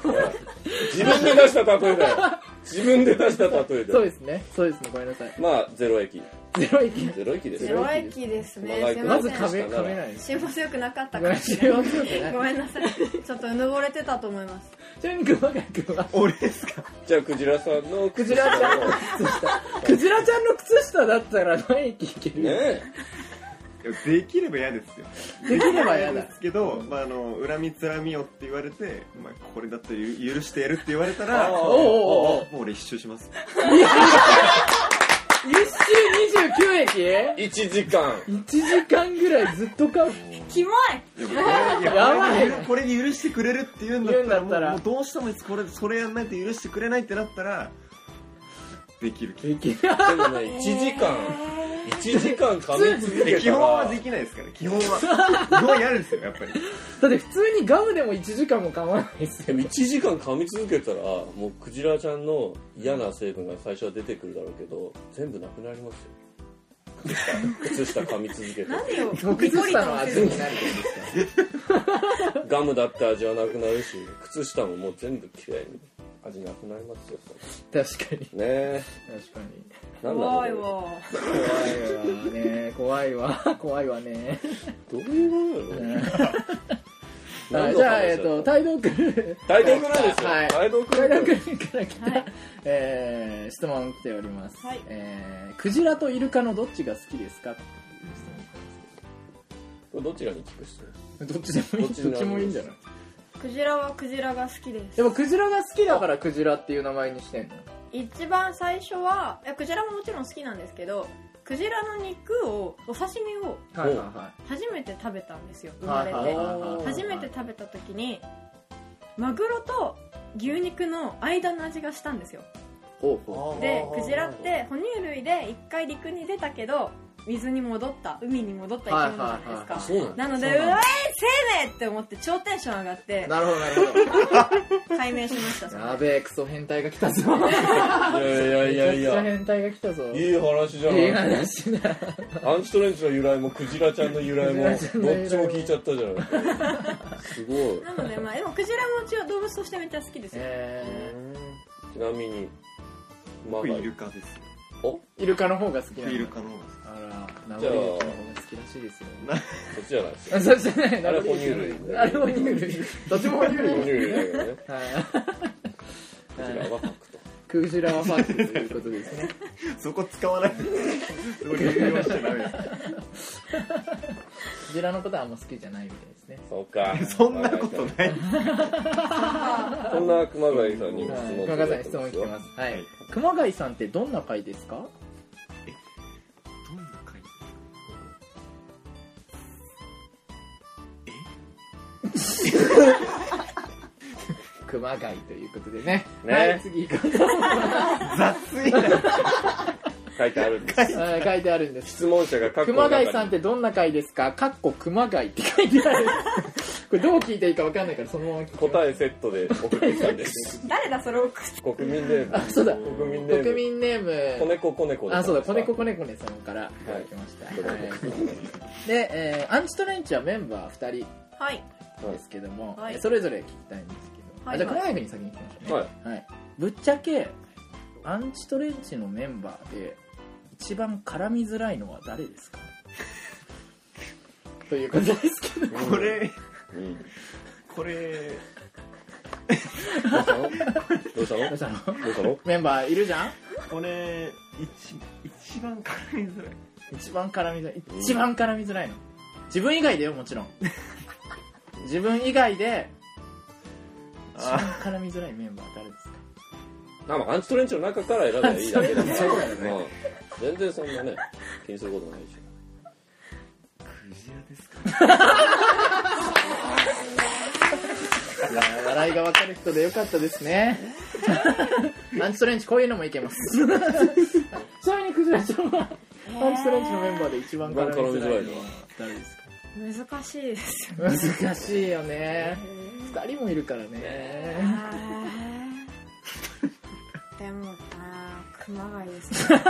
Speaker 2: 自分で出した例えだよ。自分で出した例えだ
Speaker 1: そう
Speaker 2: よ。
Speaker 1: ですねそうですねごめんなさい
Speaker 2: まあ、ゼロ駅。
Speaker 1: ゼロ駅
Speaker 2: ゼロ駅です
Speaker 3: ゼロ駅ですね
Speaker 2: 長い
Speaker 3: すい
Speaker 2: こと
Speaker 1: ま
Speaker 3: ま
Speaker 1: ず
Speaker 3: せん
Speaker 1: 亀亀ないです
Speaker 3: 心強くなかった
Speaker 1: ごめ
Speaker 3: か
Speaker 1: んな
Speaker 3: も
Speaker 1: さい
Speaker 3: しれないご
Speaker 1: ち
Speaker 3: めんなさいちょっとうぬぼれてたと思います
Speaker 1: なみに熊谷君は
Speaker 4: 俺ですか
Speaker 2: じゃあクジラさんの
Speaker 1: クジラちゃんの靴下クジラちゃんの靴下だったら何駅行けるよ、
Speaker 2: ね
Speaker 4: いやできれば嫌ですよ
Speaker 1: できれば嫌だ
Speaker 4: ですけど、まあ、あの恨みつらみよって言われて、まあ、これだとゆ許してやるって言われたら
Speaker 2: あー
Speaker 4: も
Speaker 1: おうおうおう
Speaker 4: う俺一周します
Speaker 1: 一周29
Speaker 2: え1時間
Speaker 1: 駅1時間ぐらいずっと買う
Speaker 3: キモ
Speaker 4: いやこれいや
Speaker 1: やばい
Speaker 4: これこれで許してくれるって言うんだった
Speaker 1: 言
Speaker 4: ら
Speaker 1: うんだったら
Speaker 4: もうもうどうしてもこれそれやんないと許してくれないってなったらできる気
Speaker 1: できない
Speaker 2: でもね1時間1時間噛み続け
Speaker 4: で
Speaker 2: たら
Speaker 4: 基本はできないですから基本は基本はやるんですよやっぱり
Speaker 1: だって普通にガムでも1時間も買わないです
Speaker 2: で
Speaker 1: よ
Speaker 2: も1時間噛み続けたらもうクジラちゃんの嫌な成分が最初は出てくるだろうけど全部なくなりますよ靴下靴下噛み続けて
Speaker 3: いなんでよ
Speaker 1: もう靴下の味になる
Speaker 2: ガムだって味はなくなるし靴下ももう全部嫌いに味なくなりますよ
Speaker 1: 確かに
Speaker 2: ねえ
Speaker 1: 確かに
Speaker 2: なん
Speaker 3: 怖
Speaker 2: だ
Speaker 3: い
Speaker 2: ろ
Speaker 3: わ
Speaker 1: 怖いわね怖いわ怖いわね
Speaker 2: うねどういうこと なの
Speaker 1: じゃあえっ、とタイドークル
Speaker 2: 大道クラですよ
Speaker 1: はい
Speaker 2: 大道ク
Speaker 1: タイド
Speaker 2: ラ
Speaker 1: ークルから来た、
Speaker 3: はい
Speaker 1: えー質問来ております、
Speaker 3: はい
Speaker 1: えークジラとイルカのどっちが好きですか
Speaker 2: これどちらに聞く質問
Speaker 1: どっちでもいい
Speaker 2: ど
Speaker 1: ど
Speaker 2: っちでもいい
Speaker 1: っちもいいんじゃない
Speaker 3: クジラはクジラが好きです
Speaker 1: でもクジラが好きだからクジラっていう名前にしてんの
Speaker 3: 一番最初はいやクジラももちろん好きなんですけどクジラの肉をお刺身を
Speaker 1: はいはいは
Speaker 3: 初めて食べたんですよ
Speaker 1: い
Speaker 3: 生まれて、
Speaker 1: はいはいはいはい
Speaker 3: 初めて食べた時にマグロと牛肉の間の味がしたんですよ
Speaker 1: ほうほ
Speaker 3: でクジラって哺乳類で一回陸に出たけど水に戻った海に戻った生き物じゃないです
Speaker 1: はいは
Speaker 3: か、
Speaker 1: いはい
Speaker 2: そうなんだ
Speaker 3: なので
Speaker 1: そうな
Speaker 3: うんわ
Speaker 1: だ
Speaker 3: ー生命って思って超テンション上がって
Speaker 1: うなる ほどなるほど
Speaker 3: 解明しました
Speaker 1: やべえクソ変態が来たぞ
Speaker 2: いやいやい
Speaker 1: めちゃくちゃ
Speaker 2: やいや
Speaker 1: 変態が来たぞ
Speaker 2: いい話じゃ
Speaker 1: いい
Speaker 2: ない
Speaker 1: 話だ
Speaker 2: アンチトレンチの由来もクジラちゃんの由来もどっちも聞いちゃったじゃ ないすごい
Speaker 3: なのでまあでもクジラも一応動物としてめっちゃ好きですよ
Speaker 1: え
Speaker 2: ちなみにマ
Speaker 4: 僕
Speaker 2: ガ
Speaker 4: イ
Speaker 2: イ
Speaker 4: ルカですよ
Speaker 2: お
Speaker 1: ーイルカの方が好きなの
Speaker 4: イルカの方が
Speaker 1: あら、名
Speaker 2: じゃあ
Speaker 1: 残雪の方が好きらしいですよ。
Speaker 2: そっちじゃないです
Speaker 1: あ、そうじゃない、
Speaker 2: あれ哺乳類
Speaker 1: あれ哺乳類。どっちも哺乳類。
Speaker 2: 哺
Speaker 1: はい
Speaker 2: 乳。類だからねこちらはファクト
Speaker 1: クジラはファクということですね。
Speaker 4: そこ使わないでそこ利用しちゃダメで
Speaker 1: クジラのことはあんま好きじゃないみたいですね。
Speaker 2: そうか
Speaker 4: すそんなことない
Speaker 2: そんな熊谷さんに質
Speaker 1: はい熊谷
Speaker 2: 問
Speaker 1: さんに質問来てますす。はい。熊谷さんってどんな回ですか
Speaker 4: どんな回
Speaker 1: 熊谷ということでね。
Speaker 2: ね
Speaker 1: はい、次行こ うと思いま
Speaker 4: 雑いな
Speaker 2: 書いてあるんです
Speaker 1: すはい書いてあるんです。
Speaker 2: 質問者が過去
Speaker 1: 熊
Speaker 2: の中に
Speaker 1: 谷さんってどんな回ですかかっこ熊谷って書いて ある。これどう聞いていいかわかんないから、そのまま聞きます
Speaker 2: 答えセットで送ってきたんです
Speaker 3: 誰だそれを送っ
Speaker 2: 国民ネーム
Speaker 1: あ、 そうだ。
Speaker 2: 国
Speaker 1: 国
Speaker 2: 民ネーム
Speaker 1: 民ネーム
Speaker 2: 子。猫子猫
Speaker 1: あ、そうだ、コネココネコネさんからいただきました。はいで、えーアンチトレンチはメンバー2
Speaker 3: はい
Speaker 1: 人ですけども、
Speaker 3: はい
Speaker 1: えそれぞれ聞きたいんですけど、
Speaker 3: はい
Speaker 1: あじゃあ、熊谷君に先に聞きましょうね、
Speaker 2: はい
Speaker 1: ぶっちゃけ、アンチトレンチのメンバーで、一番絡みづらいのは誰ですか ということですけど、
Speaker 4: これ
Speaker 2: うん
Speaker 4: これ
Speaker 2: どうしたのどうした
Speaker 1: どう
Speaker 2: の
Speaker 1: したの
Speaker 2: どうしたの
Speaker 1: メンバーいるじゃん
Speaker 4: これ一一番絡みづらい
Speaker 1: 一番絡みづらい一番絡みづらいの自分以外だよも ちろん自分以外で一番
Speaker 4: あ
Speaker 1: 絡みづらいメンバーは誰ですか
Speaker 2: あまあアンチトレンチの中から選べばいいだけだから
Speaker 1: そうだよね
Speaker 2: うん全然そんなね気にすることないでしょ
Speaker 4: クジラですか
Speaker 1: いやー笑いが分かる人でよかったですね アンチトレンチこういうのもいけますちなみにクジラちゃんはアンチトレンチのメンバーで一番絡みづらいのは誰ですか
Speaker 3: 難しいです
Speaker 1: 難しいよね2人もいるからね
Speaker 3: でもあー熊谷ですね
Speaker 1: あ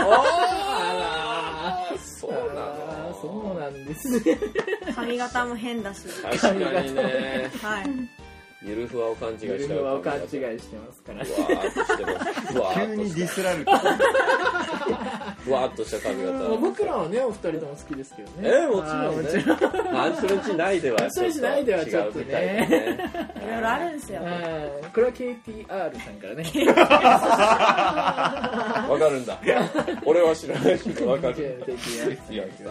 Speaker 1: らー
Speaker 2: そうな
Speaker 1: あ
Speaker 2: の
Speaker 1: ーそうなんですね
Speaker 3: 髪型も変だし
Speaker 2: 確かにね
Speaker 3: はい
Speaker 2: ゆるふわを勘違いし
Speaker 1: 自
Speaker 2: た
Speaker 1: 分は勘違い
Speaker 2: わ
Speaker 1: してますから
Speaker 2: ーっとしてますふわ
Speaker 4: 急
Speaker 2: ーっと
Speaker 4: に
Speaker 2: し
Speaker 4: デ
Speaker 2: てま
Speaker 4: ィ
Speaker 2: す
Speaker 4: スられた
Speaker 2: ぶわっとした髪型。
Speaker 1: 僕らはね、お二人とも好きですけどね。
Speaker 2: えもちろん
Speaker 1: はいもち
Speaker 2: ね。アンスレンチないでは、
Speaker 1: アンスレンチないではちょっとね
Speaker 3: いろいろあるんですよ。
Speaker 1: はいこれは KTR さんからね。
Speaker 2: わかるんだ。俺は知らないけどわかる。
Speaker 1: KTR
Speaker 2: いや、
Speaker 1: はい
Speaker 3: そ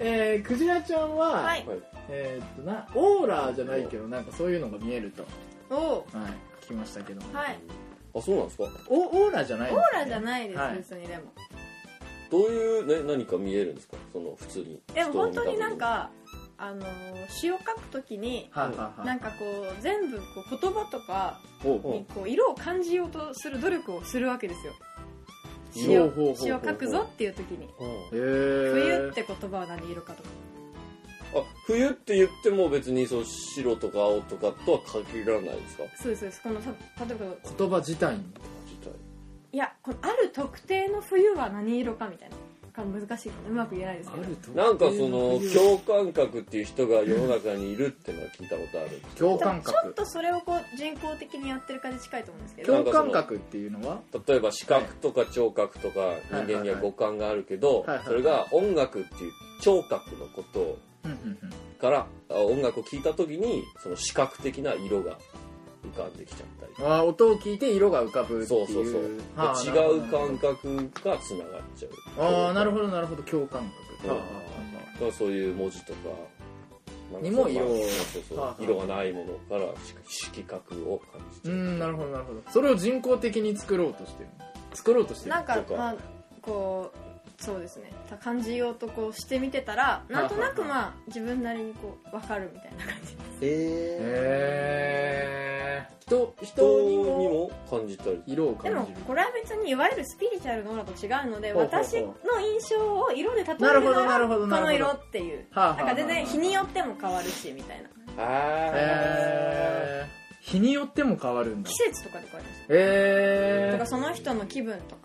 Speaker 1: えー、クジラちゃんは、
Speaker 3: うはい。
Speaker 1: えーっとな、オーラじゃないけど、なんかそういうのが見えると、
Speaker 3: お
Speaker 1: はい、聞きましたけど、
Speaker 3: はい。
Speaker 2: あ、そうなんですか
Speaker 1: おオーラじゃない、
Speaker 3: オーラじゃないです、
Speaker 1: はい
Speaker 3: 別にでも。
Speaker 2: どういう、ね、何か見えるんですかその、普通に。
Speaker 3: でも
Speaker 2: 人を
Speaker 3: 本
Speaker 2: 見た
Speaker 3: 当になん
Speaker 2: 時
Speaker 3: か、あのー、詩を書くときに、
Speaker 1: はいはいは
Speaker 3: ないんかこう、全部こう言葉とか
Speaker 1: ほうほ
Speaker 3: にこう色を感じようとする努力をするわけですよ。
Speaker 1: う
Speaker 3: 詩
Speaker 1: ほ
Speaker 3: を
Speaker 1: うほうほうほう
Speaker 3: 詩を書くぞっていうときに。
Speaker 2: うん
Speaker 1: へー
Speaker 3: 冬って言葉は何色かとか。
Speaker 2: あ、冬って言っても別にそう白とか青とかとは限らないですか
Speaker 3: そうです、そうです。この、た例えば、
Speaker 1: 言葉自体に
Speaker 2: 自体
Speaker 3: いや、このある特定の冬は何色かみたいな。が難しいかなうまく言えないですけど。
Speaker 1: と
Speaker 2: なんかその共感覚っていう人が世の中にいるってのは聞いたことあるんですけど
Speaker 1: 共感
Speaker 3: ちょっ
Speaker 1: 覚
Speaker 3: とそれをこう人工的にやってる感じ近いと思うんですけど
Speaker 1: 共感覚っていうのは
Speaker 2: 例えば視覚とか聴覚とか人間には五感があるけど
Speaker 1: はいはいはい
Speaker 2: それが音楽っていう聴覚のこと
Speaker 1: うんうんうん
Speaker 2: からあ音楽を聴いた時にその視覚的な色が浮かんできちゃったりとか
Speaker 1: あー音を聞いて色が浮かぶって
Speaker 2: そうそう
Speaker 1: い
Speaker 2: そう
Speaker 1: うはあ
Speaker 2: 違う感覚がつながっちゃう
Speaker 1: ああなる
Speaker 2: ほ
Speaker 1: ほどなるほど共感覚はあは
Speaker 2: そういう文字とかなんか
Speaker 1: にも色を
Speaker 2: まあそうそう
Speaker 1: はあはあ
Speaker 2: 色がないものから色覚を感じ
Speaker 1: あ
Speaker 2: ち
Speaker 1: う
Speaker 2: ゃうん
Speaker 1: なるほどなるほどそれを人工的に作ろうとしてる作ろうとしてる
Speaker 3: なんか
Speaker 2: そうか
Speaker 3: まあこうそうですね感じようとこうしてみてたらなんとなくまあ自分なりにこう分かるみたいな感じ
Speaker 1: へえ人
Speaker 2: 人
Speaker 1: 人
Speaker 2: に
Speaker 1: にも
Speaker 2: も感じたり
Speaker 1: 色を
Speaker 3: で
Speaker 1: 感
Speaker 3: も
Speaker 1: じる
Speaker 3: これは別にいわゆるスピリチュアルのオーラと違うので
Speaker 1: ほうほうほう
Speaker 3: 私の印象を色で例えるな
Speaker 1: なるほどな
Speaker 3: ら
Speaker 1: るほ
Speaker 3: こ
Speaker 1: どなるほど
Speaker 3: の色っていう
Speaker 1: はあは
Speaker 3: な
Speaker 1: あ
Speaker 3: ん
Speaker 1: はあ
Speaker 3: か全然日によっても変わるしみたいな
Speaker 1: へ
Speaker 2: あー
Speaker 1: え日によっても変わるんだ
Speaker 3: 季節とかで変わります
Speaker 1: へ
Speaker 3: と
Speaker 1: え
Speaker 3: かその人の気分とか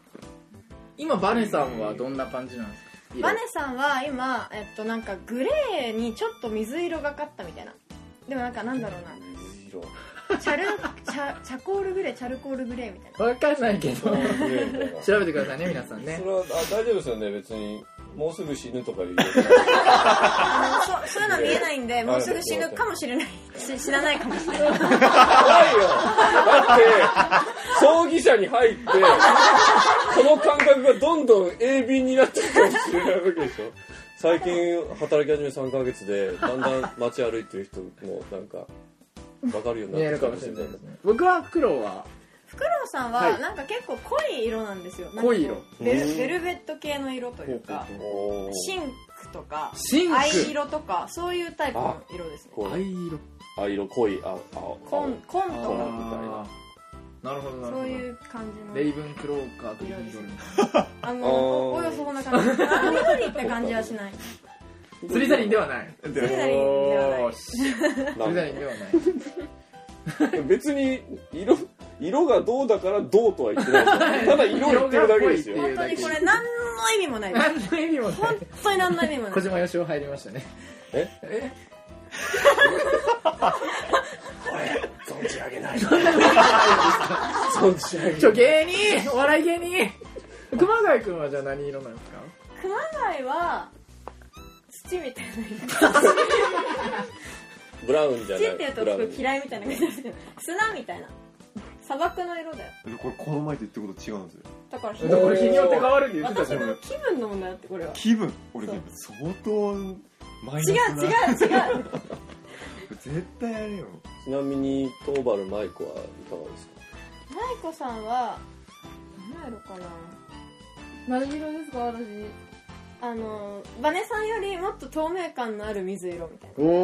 Speaker 1: 今バネさんはどんな感じなんですか色
Speaker 3: バネさんは今えっとなんかグレーにちょっと水色がかったみたいなでもなんかなんだろうな
Speaker 2: 水色
Speaker 3: チャルチャチャコールグレーチャルコールグレーみたいな
Speaker 1: わかんないけど
Speaker 2: そ
Speaker 1: 調べてくださいね皆さんね
Speaker 2: れはあ大丈夫ですよね別にもうすぐ死ぬとか言う
Speaker 3: あのそそういうのは見えないんでもうすぐ死ぬかもしれないし知らないかもしれない
Speaker 2: 怖いよだって葬儀社に入ってその感覚がどんどん鋭敏になっていくかもしれないわけでしょ最近働き始め3ヶ月でだんだん街歩いてる人もなんか分かるように
Speaker 1: 見え
Speaker 2: なっ
Speaker 1: る
Speaker 2: てきた
Speaker 1: かもしれないですね僕は黒は
Speaker 3: フクロウさんは
Speaker 1: はい
Speaker 3: なんか結構濃い色なんですよなんかこ
Speaker 1: 濃
Speaker 3: う
Speaker 1: い色
Speaker 3: ベル
Speaker 2: うん
Speaker 3: ベルベット系の色というか
Speaker 2: おー
Speaker 3: シンクとか
Speaker 1: シンク
Speaker 3: 藍色とかそういうタイプの色ですね
Speaker 2: こう
Speaker 1: 藍色
Speaker 2: あ色濃い青青
Speaker 3: 紺紺と
Speaker 2: そう
Speaker 3: か
Speaker 2: みたいな
Speaker 1: なるほどなる
Speaker 3: そ
Speaker 1: ほ
Speaker 3: う
Speaker 1: ど
Speaker 3: いう感じ
Speaker 1: レイ
Speaker 3: の
Speaker 1: ブンクローかグリーンドルみたい
Speaker 3: あの
Speaker 2: あー
Speaker 3: おおよそこんな感じあ緑って感じはし ない
Speaker 1: な釣りザリンではない
Speaker 4: で
Speaker 3: 釣りザリンではない
Speaker 1: おーし釣
Speaker 2: な
Speaker 1: り
Speaker 2: んか
Speaker 1: ザリンでは ない
Speaker 2: 別に色色がどうだからどうとは言ってないですよただ色を言ってるだけですよ
Speaker 1: 色が濃いっていう
Speaker 3: 本当にこれ何の意味もないです
Speaker 1: 何の意味もな
Speaker 3: 本
Speaker 1: い
Speaker 3: 当に何の意味もな
Speaker 1: 小
Speaker 3: い
Speaker 1: 島よしお入りましたね
Speaker 2: え
Speaker 1: え
Speaker 2: 存じ上げない存じ上げ
Speaker 1: ちょ芸人お笑い芸人熊谷君はじゃあ何色なんですか
Speaker 3: 熊谷は土みたいな色
Speaker 2: ブラウンじゃな
Speaker 3: 土
Speaker 2: い
Speaker 3: って言うと
Speaker 2: ブラウ
Speaker 3: すご
Speaker 2: ン
Speaker 3: い嫌いみたいな感じですけど砂みたいな砂漠の色だよ
Speaker 4: これこの前と言ったこと違うんですよ
Speaker 3: だから
Speaker 1: だから俺日によって変わるって言ってた
Speaker 3: 私
Speaker 1: じゃん
Speaker 3: の気分の問題だってこれは
Speaker 4: 気分俺でも相当マイナス
Speaker 3: 違う違
Speaker 4: な
Speaker 3: う違う
Speaker 4: 絶対やれよ
Speaker 2: ちなみに東原舞子はいかがですか
Speaker 3: 舞子さんは何やろかな
Speaker 5: 何色ですか私
Speaker 3: あのバネさんよりもっと透明感のある水色みたいな
Speaker 1: お
Speaker 2: え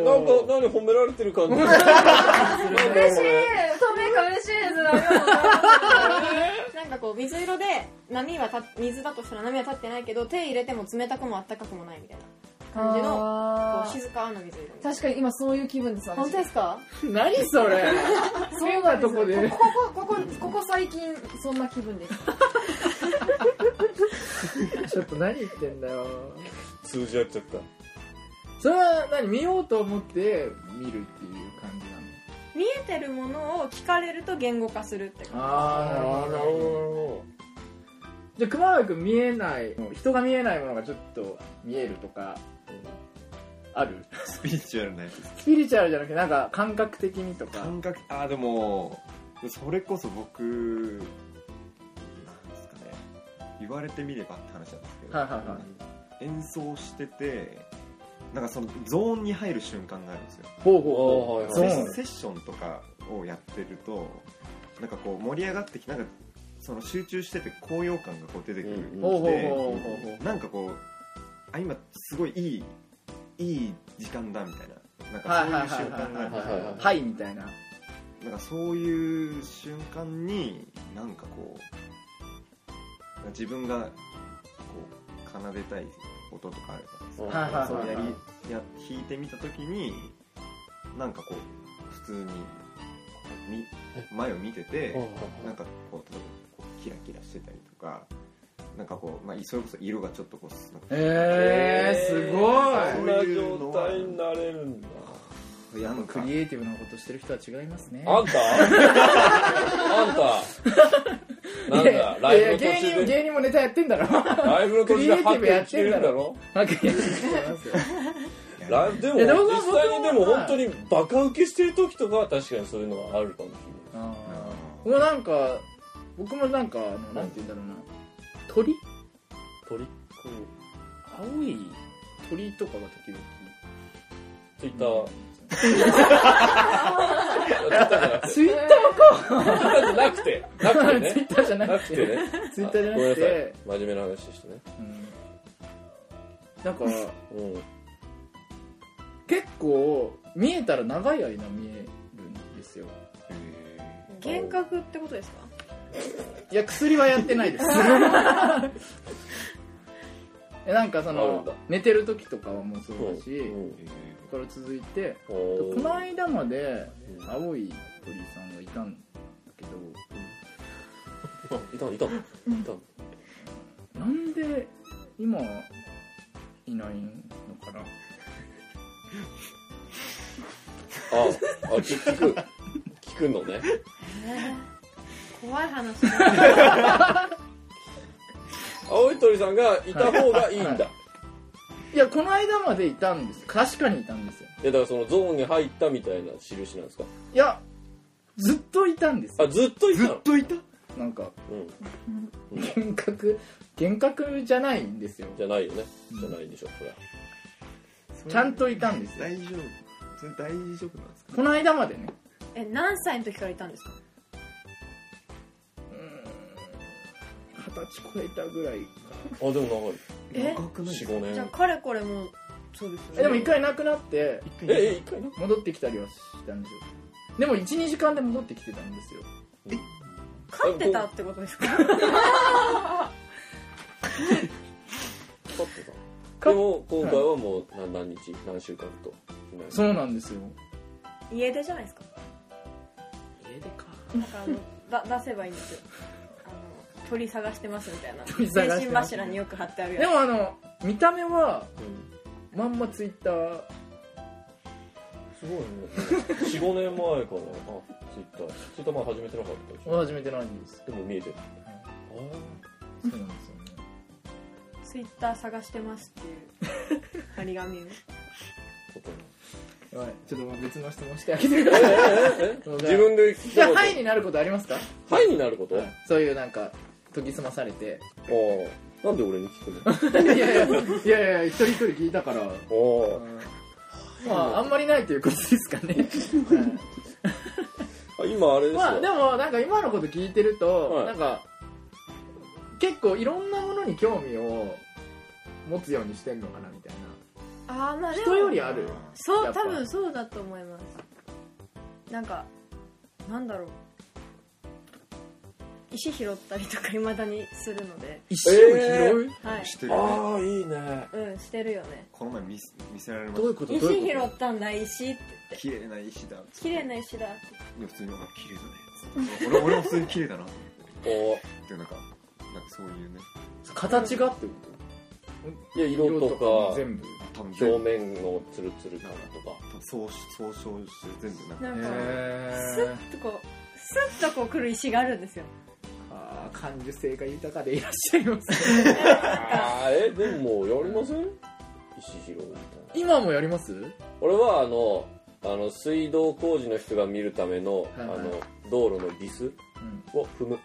Speaker 2: ー、なんか
Speaker 1: お
Speaker 2: 何褒められてる感じ
Speaker 5: 嬉しい透明感嬉しいですありがとうござい
Speaker 3: なんかこう水色で波はた水だとしたら波は立ってないけど手入れても冷たくもあったかくもないみたいな感じのこ
Speaker 5: ま
Speaker 3: う
Speaker 5: す
Speaker 3: 静かな水色みたい
Speaker 5: 確かに今そういう気分です
Speaker 3: な
Speaker 5: 私
Speaker 3: 本当ですか
Speaker 1: 何それ
Speaker 5: そ
Speaker 1: 変なとこで
Speaker 5: ここここここ最近そんな気分です
Speaker 1: ちょっと何言ってんだよ
Speaker 2: 通じ合っちゃった
Speaker 1: それは何見ようと思って見るっていう感じなの
Speaker 3: 見えてるものを聞かれると言語化するって感じ
Speaker 1: あ
Speaker 2: あーなるほど
Speaker 1: じゃあ熊谷君見えない人が見えないものがちょっと見えるとか、ある
Speaker 4: スピリチュアルなやつです
Speaker 1: スピリチュアルじゃなくてなんか感覚的にとか
Speaker 4: 感覚あーでもそれこそ僕なんですかね言われてみればって話なんですけど、
Speaker 1: はいはいはい
Speaker 4: 演奏しててなんかそのゾーンに入る瞬間があるんですよ
Speaker 1: ほう
Speaker 2: ほう
Speaker 1: ほ
Speaker 2: ほう
Speaker 1: うほ
Speaker 4: セ
Speaker 2: は
Speaker 1: う
Speaker 2: い
Speaker 4: ッセッションとかをやってるとなんかこう盛り上がってきなんかその集中してて高揚感がこう出てくる、
Speaker 2: うん
Speaker 1: ほうほうほう
Speaker 4: で
Speaker 1: ほうほうほ
Speaker 4: なんかこうあ今すごいいいいい時間だみたいななん
Speaker 1: はい
Speaker 4: かそういう瞬間があるんですよ
Speaker 2: はいはいはいは
Speaker 1: うはいみたいな
Speaker 4: なんかそういう瞬間になんかこう自分がこう奏でたい音とかあればですね
Speaker 1: はいはい
Speaker 4: そう
Speaker 1: はい
Speaker 4: やりや弾いてみた時になんかこう普通にみ前を見ててなんかこう例えばこうキラキラしてたりとかなんかこう、まあ、それこそ色がちょっとこうなんか
Speaker 1: えー、す
Speaker 2: そん
Speaker 1: ご
Speaker 2: な状態になれるんだ。
Speaker 1: いやっぱクリエイティブなことしてる人は違いますね
Speaker 2: あん たあんたな
Speaker 1: い
Speaker 2: ん
Speaker 1: や
Speaker 2: だ、ライブの
Speaker 1: いや芸人
Speaker 2: 途中で、
Speaker 1: 芸人もネタやってん だろ
Speaker 2: ライブの途中でハッピーしてるんだろ
Speaker 1: なんかやってますよ
Speaker 2: ライブでも、
Speaker 1: いやでも
Speaker 2: 実際にでも
Speaker 1: 僕も
Speaker 2: 本当にバカ受けしてる時とかは確かにそういうのがあるかもし
Speaker 1: あ
Speaker 4: あ
Speaker 1: ーもうなんか僕もなんかあのなんて言うんだろうな鳥
Speaker 2: れない。
Speaker 1: こう青い鳥とかが時々
Speaker 2: ツイッター、
Speaker 1: ツイッ
Speaker 2: やってたからツイッターじゃ なくて、な
Speaker 1: タ
Speaker 2: く
Speaker 1: ー
Speaker 2: て
Speaker 1: ツイ
Speaker 2: ね。
Speaker 1: ッターじゃな
Speaker 2: な
Speaker 1: く
Speaker 2: くて
Speaker 1: て
Speaker 2: ね。
Speaker 1: ツイッターじゃな
Speaker 2: ごめん
Speaker 1: く
Speaker 2: なさい
Speaker 1: て、
Speaker 2: 真面目な話してね。
Speaker 1: うんなんか
Speaker 2: うん。
Speaker 1: 結構見えたら長い間見えるんですよ
Speaker 3: 幻覚ってことですか
Speaker 1: いや薬はやってないですえなんかそ
Speaker 2: あるん
Speaker 1: の
Speaker 2: だ
Speaker 1: 寝てる時とかはもうそうだし、
Speaker 2: うん
Speaker 1: これ続いて
Speaker 2: お
Speaker 1: こ
Speaker 2: ー
Speaker 1: の間まで
Speaker 2: うん
Speaker 1: 青い鳥さんがいたんだけど
Speaker 2: いたのいたのいた
Speaker 1: な
Speaker 2: の
Speaker 1: んで今いないのかな
Speaker 2: ああ、聞聞く。聞くのね。
Speaker 5: 怖い話だ
Speaker 2: 青い鳥さんがいた方がいいんだ。
Speaker 1: はい
Speaker 2: い、
Speaker 1: はいいやこの間までいたんです確かにいたんですよ
Speaker 2: や、だからそのゾーンに入ったみたいな印なんですか
Speaker 1: いやずっといたんです
Speaker 2: あ、
Speaker 1: よ
Speaker 2: ずっといた
Speaker 4: ずっ
Speaker 2: の
Speaker 4: といた
Speaker 1: なんか
Speaker 2: うん。
Speaker 1: 幻覚幻覚じゃないんですよ
Speaker 2: じゃないよね。
Speaker 1: うん
Speaker 2: じゃないでしょ、そりゃ。
Speaker 1: ちゃんといたんですよ
Speaker 4: 大丈夫それ大丈夫なんですか
Speaker 1: この間までね
Speaker 3: え何歳の時からいたんですか
Speaker 1: 二十歳超えたぐらい
Speaker 2: あ、でも
Speaker 3: え
Speaker 4: 長く
Speaker 2: 長。
Speaker 4: ない
Speaker 2: 4、5
Speaker 4: いですか
Speaker 3: じ
Speaker 2: 年
Speaker 3: ゃあ。かれこれもうそうですよね
Speaker 1: えでも一回なくなって
Speaker 2: え、え、一回な。
Speaker 1: 戻ってきたりはしたんですよでも12時間で戻ってきてたんですよ
Speaker 3: 飼ってたってことですか
Speaker 2: 飼ってた。
Speaker 1: か
Speaker 2: でも、今回はもう何何日、何週間と。
Speaker 1: そうなんですよ
Speaker 3: 家出じゃないですか
Speaker 1: 家でか
Speaker 3: なんかあ のだ出せばいいんですよあの鳥探してますみたいな
Speaker 1: 鳥探してます
Speaker 3: 精神柱によく貼ってある
Speaker 1: で
Speaker 3: や
Speaker 1: もあの見た目は
Speaker 2: うん
Speaker 1: まんまツイッター
Speaker 2: すごいね。4、5年前から、あ、ツイッター。ツイッター前始めてなかったでし
Speaker 1: を
Speaker 2: ょ。
Speaker 1: 始めてないんです
Speaker 2: でも見えてる。
Speaker 1: そうなんですよね
Speaker 3: つツイッター探してますっていう張り紙を
Speaker 1: やばいちょっともう別の質問してあげてくだ
Speaker 2: え
Speaker 1: さい
Speaker 2: え、え、え自分で聞い
Speaker 1: じゃ
Speaker 2: た
Speaker 1: あ
Speaker 2: こと
Speaker 1: はいになることありますか
Speaker 2: はいになること、
Speaker 1: そういうなんか研ぎ澄まされて
Speaker 2: ああ。なんで俺に聞くの
Speaker 1: いやいやいやいや一人一人聞いたから
Speaker 2: お
Speaker 1: まああんまりないということですか ねはい
Speaker 2: あ今あれですよ、
Speaker 1: まあでもなんか今のこと聞いてると、
Speaker 2: はい
Speaker 1: なんか結構いろんなものに興味を持つようにしてんのかなみたいな
Speaker 3: ああまあでも
Speaker 1: 人よりある
Speaker 3: そ
Speaker 1: やっ
Speaker 3: う
Speaker 1: ぱ
Speaker 3: 多分そうだと思いますなんかなんだろう石拾ったりとかいまだにするので
Speaker 1: 石
Speaker 2: を拾
Speaker 1: う、
Speaker 3: はい
Speaker 4: してるね
Speaker 2: ああいいね
Speaker 3: うんしてるよね
Speaker 4: この前見せ見せられま
Speaker 1: どういう
Speaker 4: し
Speaker 1: こと
Speaker 3: 石
Speaker 1: どう
Speaker 3: 拾
Speaker 1: いうこ
Speaker 3: ったんだ石って
Speaker 4: た綺麗な石だ
Speaker 3: 綺麗な石だって
Speaker 4: いや普通にあ綺麗だねつって俺俺も普通に綺麗だなと思
Speaker 2: お
Speaker 4: ってなんかなんかそういうね
Speaker 1: と形がってこと
Speaker 2: いや色とか
Speaker 1: 全部
Speaker 4: 多分
Speaker 2: 表面のツルツル感とか
Speaker 4: 多分総総称して全部なんか
Speaker 3: なんか
Speaker 1: へ
Speaker 3: スッとこうスッとこう来る石があるんですよ
Speaker 1: ーあー感受性が豊かでいらっしゃいますね
Speaker 2: あれでもやりません石広みたいな
Speaker 1: 今もやります
Speaker 2: 俺はあのあの水道工事の人が見るための,、
Speaker 1: いはい
Speaker 2: あの道路のビス
Speaker 1: ん
Speaker 2: を踏む、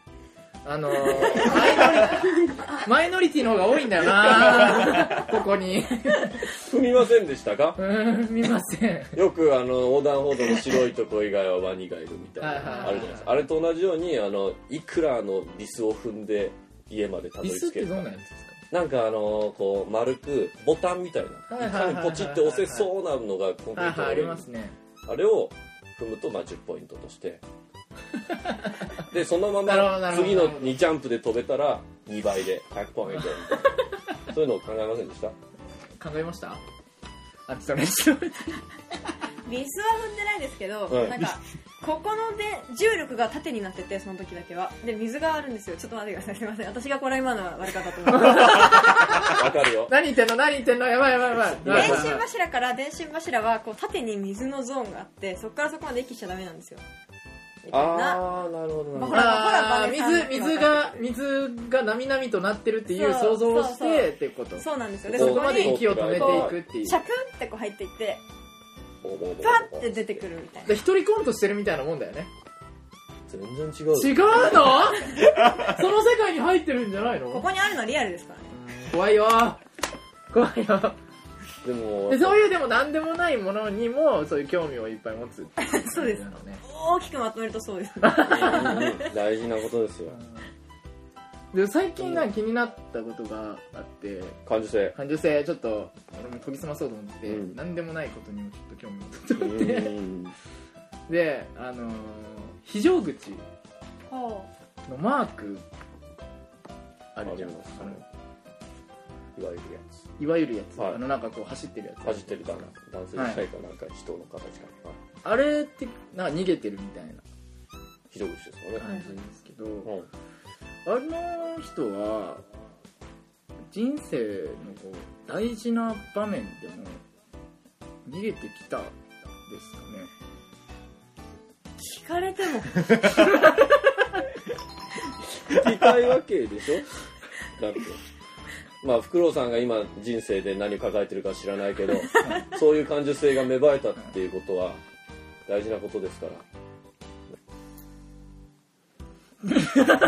Speaker 1: あのーマイノリマイノリティの方が多いんだよなここに
Speaker 2: 踏みませんでしたか
Speaker 1: うーん見ません
Speaker 2: よくあの横断歩道の白いとこ以外はワニがいるみたい
Speaker 1: はいはいはい
Speaker 2: なあるじゃないですかあれと同じようにあのいくらのビスを踏んで家までたど
Speaker 1: 椅
Speaker 2: り
Speaker 1: 子っ
Speaker 2: 着け
Speaker 1: て
Speaker 2: る
Speaker 1: ど
Speaker 2: か
Speaker 1: んなやつですか
Speaker 2: なんかあのこう丸くボタンみたい
Speaker 1: は
Speaker 2: ないい
Speaker 1: はいはい
Speaker 2: か
Speaker 1: はい
Speaker 2: にポチって押せそうなのがコンク
Speaker 1: は
Speaker 2: リ
Speaker 1: い
Speaker 2: ート
Speaker 1: はい
Speaker 2: の
Speaker 1: あ
Speaker 2: 上
Speaker 1: り
Speaker 2: に
Speaker 1: ますね
Speaker 2: あれを踏むとまあ10ポイントとして でそのま
Speaker 1: なるほどな
Speaker 2: ま
Speaker 1: るほど
Speaker 2: 次の2ジャンプで飛べたら2倍で100ポイントみたいなそういうのを考えませんでした
Speaker 1: 考えましたあそれちょっと
Speaker 3: ビスは踏んでないですけど、
Speaker 2: はい
Speaker 3: なんかここので重力が縦になっててその時だけはで水があるんですよちょっと待ってくださいすいません私がこれ今のは悪かったと思います
Speaker 2: わか る よ
Speaker 1: 何言ってんの何言ってんのやばいやばいやばいやばい
Speaker 3: 電信柱から電信柱はこう縦に水のゾーンがあってそこからそこまで行きしちゃダメなんですよみたいな
Speaker 2: ああなるほどなるほ
Speaker 3: ほ
Speaker 2: ど
Speaker 3: ら
Speaker 1: あー
Speaker 3: ほらバネさ
Speaker 1: 水
Speaker 3: ん
Speaker 1: 水が水がなみなみとなってるっていう
Speaker 3: そ
Speaker 1: 想
Speaker 3: う
Speaker 1: 像をし
Speaker 3: そうそう
Speaker 1: てっていうこと
Speaker 3: そうなんですよで
Speaker 1: そ
Speaker 3: そ
Speaker 1: こ
Speaker 3: こ
Speaker 1: まで
Speaker 3: に
Speaker 1: 息を止めていくっていう
Speaker 3: シャクンってこう入っていってパンって出てくるみたい
Speaker 1: で一人コントしてるみたいなもんだよね
Speaker 2: 全然違う
Speaker 1: 違う のその世界に入ってるんじゃない
Speaker 3: なこ
Speaker 1: の
Speaker 3: こにあるのはリアルですからね
Speaker 1: 怖いよ怖いよ
Speaker 2: でも
Speaker 1: でそういうでも何でもないものにもそういう興味をいっぱい持つってい
Speaker 3: そうです
Speaker 1: のね
Speaker 3: 大きくまとめるとそうです
Speaker 2: うんうん大事なことです よ
Speaker 1: で最近が気になったことがあって
Speaker 2: 感受性
Speaker 1: 感受性ちょっと俺も研ぎ澄まそうと思って、
Speaker 2: うん
Speaker 1: 何でもないことにもちょっと興味を持って
Speaker 2: うーん
Speaker 1: であのー非常口
Speaker 3: ほ
Speaker 1: のマークあるじゃん
Speaker 2: あります
Speaker 1: あの
Speaker 2: いわゆるやつ
Speaker 1: いわゆるやつ、
Speaker 2: はい
Speaker 1: あのなんかこう走ってるやつ
Speaker 2: 走ってるかな男性したいかなんか人の形かな
Speaker 1: あれってなんか逃げてるみたいな
Speaker 2: ひど口ですよね
Speaker 1: 感じですけど、
Speaker 2: うん
Speaker 1: あの人は人生のこう大事な場面でも逃げてきたですかね
Speaker 3: う聞かれても
Speaker 2: 聞きたいわけでしょ だってまあフクロウさんが今人生で何抱えてるか知らないけどそういう感受性が芽生えたっていうことは大事なことですから
Speaker 1: は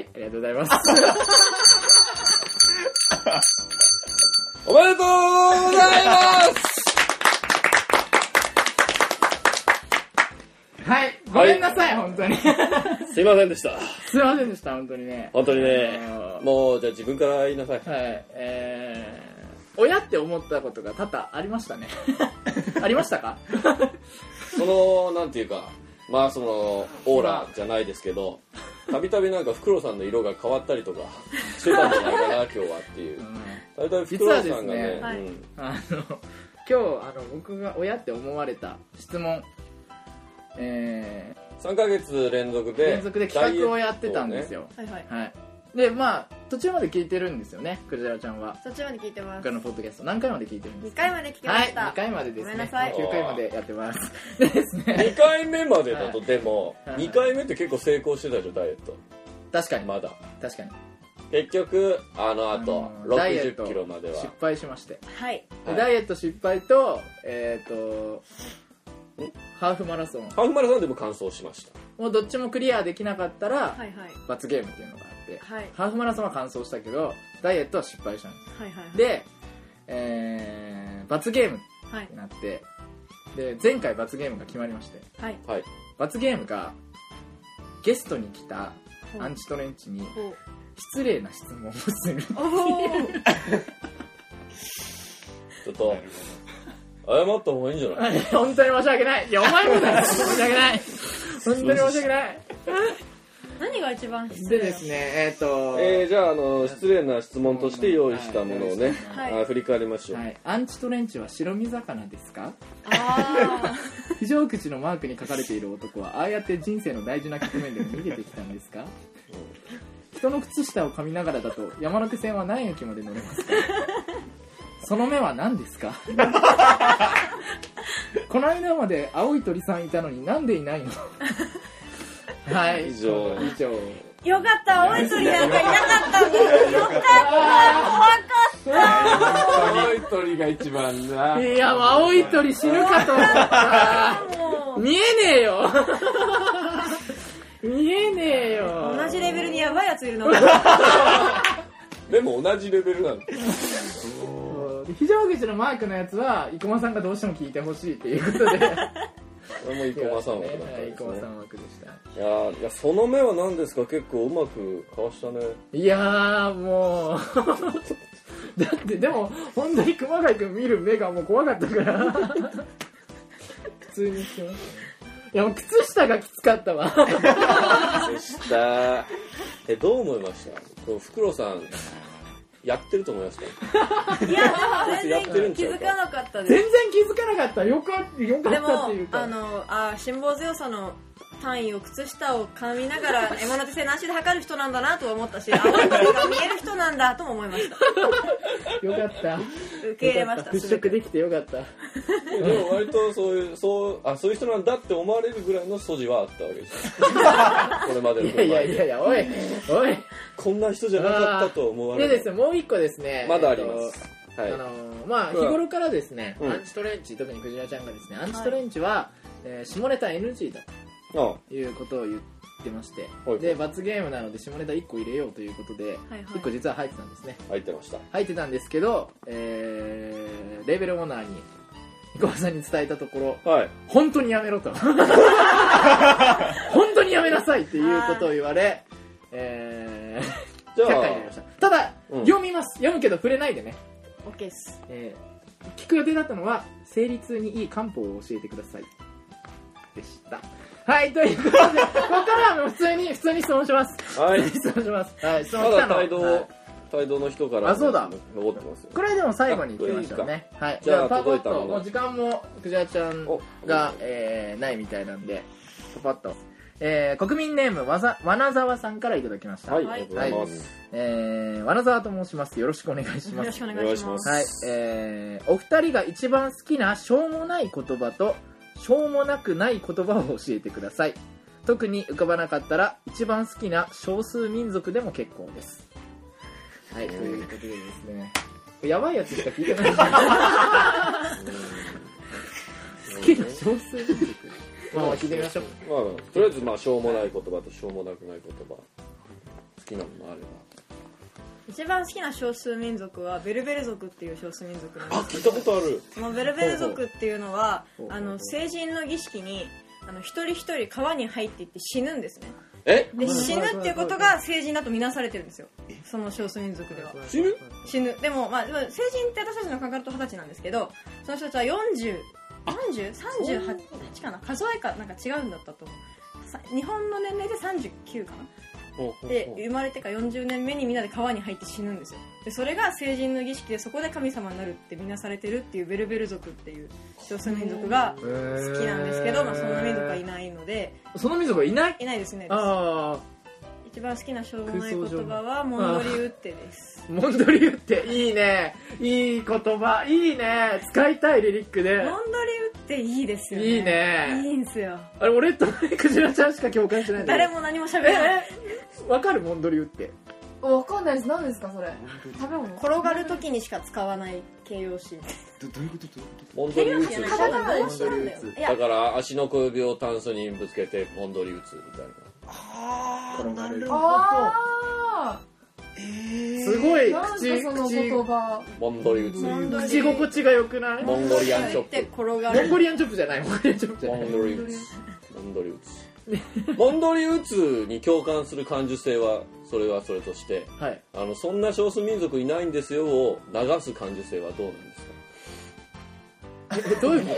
Speaker 1: いありがとうございます
Speaker 2: おめでとうございます
Speaker 1: はいごめんなさい、本当に
Speaker 2: すいませんでした
Speaker 1: すいませんでした本当にね
Speaker 2: 本当にね
Speaker 1: あのー
Speaker 2: もうじゃあ自分から言いなさい
Speaker 1: はいえー、親って思ったことが多々ありましたねありましたか
Speaker 2: そのなんていうかまあそのオーラじゃないですけどたびたびなんかフクロウさんの色が変わったりとかしてたんじゃないかな今日はっていうたびたびフクロウさんがね
Speaker 1: 実
Speaker 3: はですねはい
Speaker 2: うん
Speaker 1: あの今日あの僕が親って思われた質問えー、
Speaker 2: 3ヶ月連続で
Speaker 1: 連続で企画をやってたんです
Speaker 2: よ、
Speaker 1: よ、
Speaker 3: はいはい
Speaker 1: はいでまあ途中まで聞いてるんですよねクジラちゃんは
Speaker 3: そっちまで聞いてます
Speaker 1: 他のポッドキャスト何回まで聞いてるんで
Speaker 3: 2
Speaker 1: すか
Speaker 3: 回まで聞きま
Speaker 1: はい
Speaker 3: した、
Speaker 1: 2回までです
Speaker 3: ご
Speaker 1: ね
Speaker 3: めんなさい
Speaker 1: 9回までやってますでですね
Speaker 2: 2回目までだとでも
Speaker 1: はい
Speaker 2: 2回目って結構成功してたじゃんダイエット
Speaker 1: 確かに
Speaker 2: まだ
Speaker 1: 確かに
Speaker 2: 結局あのあと
Speaker 1: あのダイエッ
Speaker 2: 6
Speaker 1: ト
Speaker 2: 0キロまでは
Speaker 1: 失敗しまして
Speaker 3: はい
Speaker 1: で
Speaker 2: はい
Speaker 1: ダイエット失敗とえっ、とハーフマラソン
Speaker 2: ハーフマラソンでも完走しました
Speaker 1: もうどっちもクリアできなかったら
Speaker 3: はいはい
Speaker 1: 罰ゲームっていうのがあって
Speaker 3: はい
Speaker 1: ハーフマラソンは完走したけどダイエットは失敗したんで
Speaker 3: はいはい
Speaker 1: すで、えー罰ゲーム
Speaker 3: はい
Speaker 1: ってなってで前回罰ゲームが決まりまして
Speaker 3: はい
Speaker 2: はい
Speaker 1: 罰ゲームがゲストに来た
Speaker 3: ほう
Speaker 1: アンチトレンチに
Speaker 3: ほう
Speaker 1: 失礼な質問をする
Speaker 3: おお
Speaker 2: ちょっと謝った方がいいんじゃない
Speaker 1: 本当に申し訳ないいやお前もだよ申し訳ない本当に申し訳ない
Speaker 3: 何が一番失
Speaker 1: で
Speaker 3: 礼
Speaker 1: ですねえっ、と、
Speaker 2: えー、じゃああの失礼な質問として用意したものをね、
Speaker 3: はい
Speaker 2: あー振り返りましょう、
Speaker 1: はい、アンチトレンチは白身魚ですか
Speaker 3: あ
Speaker 1: 非常口のマークに書かれている男はああやって人生の大事な局面でも逃げてきたんですか人の靴下を噛みながらだと山手線は何駅まで乗れますかその目は何ですかこの間まで青い鳥さんいたのになんでいないのはい
Speaker 2: 以上
Speaker 1: 以上
Speaker 3: よかった、大鳥なんかいなかったんだ。よかった、怖かっ
Speaker 2: 青い鳥が一番ない
Speaker 1: や、青い鳥死ぬかと思った。
Speaker 3: た。もう、
Speaker 1: 見えねえよ。見えねえよ。
Speaker 3: 同じレベルにやばいやついるな。は
Speaker 2: でも同じレベルなんだ
Speaker 1: そう非常口のマークのやつは、生駒さんがどうしても聞いてほしいっていうことで。
Speaker 2: これも生駒さん枠だったん
Speaker 1: はい
Speaker 2: で
Speaker 1: 生
Speaker 2: す
Speaker 1: 駒
Speaker 2: ね
Speaker 1: さん枠でした。
Speaker 2: いやーいやその目は何ですか結構うまくかわしたね
Speaker 1: いやー、もう。だって、でも、本当に熊谷くん見る目がもう怖かったから。普通にしてましたね。いや、もう靴下がきつかったわ。
Speaker 2: でしたえどう思いましたこうフクロウさんやってると思いますか
Speaker 3: いや、全然気づかなかった
Speaker 1: 全然
Speaker 3: です。
Speaker 1: 気づかなかった。よかった、よか
Speaker 3: で
Speaker 1: ったっ
Speaker 3: も
Speaker 1: ていう、か。
Speaker 3: あの、あ、辛抱強さの単位を靴下を噛みながら、獲物手製何種で測る人なんだなとは思ったし、青い鳥が見える人なんだとも思いました。
Speaker 1: よかった。
Speaker 3: 受け入れました。
Speaker 1: 払拭できてよかった。
Speaker 2: でも割とそういうそうあそういう人なんだって思われるぐらいの素地はあったわけです よこれまでの
Speaker 1: いやいやいやいや、おい、おい。
Speaker 2: こんな人じゃなかったと思われ
Speaker 1: で
Speaker 2: る
Speaker 1: ですね、もう一個ですね。
Speaker 2: まだあります、
Speaker 1: えっと。あ
Speaker 2: はい
Speaker 1: の、まあ、日
Speaker 2: うん
Speaker 1: 頃からですね、
Speaker 2: うん
Speaker 1: アンチトレンチ、特にクジラちゃんがですね、アンチトレンチは、えー下ネタ NG だ
Speaker 2: あ
Speaker 1: ということを言ってまして
Speaker 2: はい、
Speaker 1: で、罰ゲームなので下ネタ1個入れようということで、
Speaker 3: はいはい
Speaker 1: 1個実は入ってたんですね。
Speaker 2: 入ってました
Speaker 1: 入ってたんですけど、えーレーベルオーナーに、生駒さんに伝えたところ、
Speaker 2: はい
Speaker 1: 本当にやめ ろと本当にやめなさいっていうことを言われえ
Speaker 2: じ
Speaker 1: ー、
Speaker 2: ゃ
Speaker 1: 却下になりましたただ、
Speaker 2: うん
Speaker 1: 読みます読むけど触れないでね、
Speaker 3: オッケーです。
Speaker 1: えー聞く予定だったのは生理痛にいい漢方を教えてくださいでしたはいと いうことでここからはもう普通に普通に質問します
Speaker 2: あはい
Speaker 1: 質問しますはい質
Speaker 2: ま
Speaker 1: 問来た
Speaker 2: だ
Speaker 1: の
Speaker 2: 態度
Speaker 1: はい
Speaker 2: 態度の人から
Speaker 1: あそうだ
Speaker 2: 残ってますよ
Speaker 1: これでも最後に行きましたよねはい
Speaker 2: じゃ
Speaker 1: パ
Speaker 2: あ
Speaker 1: パッ
Speaker 2: 届いた
Speaker 1: と
Speaker 2: もの
Speaker 1: もう時間もクジラちゃん
Speaker 2: お
Speaker 1: が、えーないみたいなんで、パパッと。えー、国民ネーム、わざ、わなざわさんからいただきました。
Speaker 2: はい、
Speaker 3: はい
Speaker 2: ありがとうございます、
Speaker 1: えー、わなざわと申します。よろしくお願いし
Speaker 3: よ
Speaker 1: ま
Speaker 3: ろ
Speaker 1: す
Speaker 3: し。くお願いし
Speaker 2: お願いしま
Speaker 3: ますす。
Speaker 1: はい、えー、お二人が一番好きなしょうもない言葉と、しょうもなくない言葉を教えてください。特に浮かばなかったら、一番好きな少数民族でも結構です。はい、ということでですね。やばいやつしか聞いてない。 好きな少数民族。まあまあ、聞いてみましょう。
Speaker 2: まあ、とりあえずまあしょうもない言葉としょうもなくない言葉好きなものあれば
Speaker 3: 一番好きな少数民族はベルベル族っていう少数民族なん
Speaker 2: あ
Speaker 3: です
Speaker 2: 聞いたことある
Speaker 3: そのベルベル族っていうのは
Speaker 1: ほうほう
Speaker 3: あの成人の儀式にあの一人一人川に入っていって死ぬんですね
Speaker 2: え
Speaker 3: で
Speaker 1: ほうほう
Speaker 3: 死ぬっていうことが成人だとみなされてるんですよその少数民族では
Speaker 2: 死ぬ
Speaker 3: 死ぬでも、まあ、でも成人って私たちの感覚と二十歳なんですけどその人たちは4040 38かな数えかなんか違うんだったと思うさ日本の年齢で39かなで生まれてから40年目にみんなで川に入って死ぬんですよでそれが成人の儀式でそこで神様になるってみなされてるっていうベルベル族っていう少数民族が
Speaker 1: 好き
Speaker 3: 好きなんですけど、まあ、その民族はいないので
Speaker 1: その民族はいない
Speaker 3: いないですね
Speaker 1: あ
Speaker 3: 一番好きなしょうもない言葉はモンドリウッテです
Speaker 1: あ、モンドリュっていいね。いい言葉、いいね。使いたいリリックで。
Speaker 3: モンドリウッテいいですよね
Speaker 1: いいね
Speaker 3: いいんですよ
Speaker 1: あれ、俺とクジラちゃんしか共感しないんだ
Speaker 3: 誰
Speaker 1: け
Speaker 3: も何も喋らない
Speaker 1: どわかるモンドリュって。
Speaker 5: わかんないです。何ですか、それ。食べ物
Speaker 3: 転がる時にしか使わない形容詞
Speaker 4: どどういうことどう
Speaker 2: モ
Speaker 4: いうこ
Speaker 2: ンド
Speaker 3: 形
Speaker 2: リ
Speaker 3: 容
Speaker 2: ウ
Speaker 3: 詞じゃ
Speaker 2: ツ
Speaker 3: ない
Speaker 5: カタカナで
Speaker 3: 動詞なんだよいや
Speaker 2: だから足の小指をタンスにぶつけてモンドリウツみたいな
Speaker 1: 転がる
Speaker 5: あ
Speaker 1: すごい
Speaker 5: ー。何
Speaker 1: 口
Speaker 5: ですか、その言
Speaker 1: 口
Speaker 5: 葉。
Speaker 2: モンドリウツ
Speaker 3: モンドリ
Speaker 1: 口心地が良くないモ
Speaker 2: モンゴリアンチョッ
Speaker 3: って
Speaker 2: プ
Speaker 3: 転が
Speaker 1: ンゴ
Speaker 3: る
Speaker 1: リアンチョップじゃないモンゴリアンチョップじゃ
Speaker 2: モ
Speaker 1: ない
Speaker 2: ンドリウツ モンドリウツ モンドリウツに共感する感受性はそれはそれとして
Speaker 1: はい
Speaker 2: あのそんな少数民族いないんですよを流す感受性はどうなんですか
Speaker 1: えどういうこ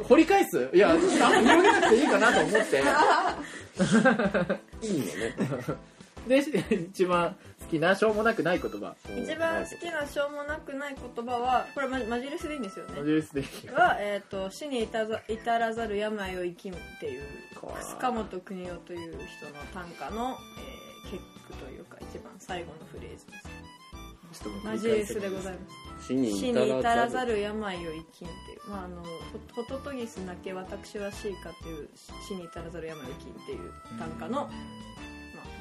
Speaker 1: と掘り返すいや広げなくていいかなと思って
Speaker 2: いいのね
Speaker 1: で一番好きなしょうもなくない言葉
Speaker 3: 一番好きなしょうもなくない言葉はこれまマジレスでいいんですよね
Speaker 1: モンドリュでいい
Speaker 3: は、えー、と死に至ざ至らざる病を生きむっていう
Speaker 1: こわ
Speaker 3: 塚本邦夫という人の短歌の、えー、結句というか一番最後のフレーズです
Speaker 1: ちょっと
Speaker 3: マジレスでございます
Speaker 2: 死に
Speaker 3: 死
Speaker 2: 至ら
Speaker 3: に
Speaker 2: ざる
Speaker 3: 至らざる病を生きんっていう、まあ、あのホホトトギスだけ私は死かという死に至らざる病を生きんっていう短歌の、まあ、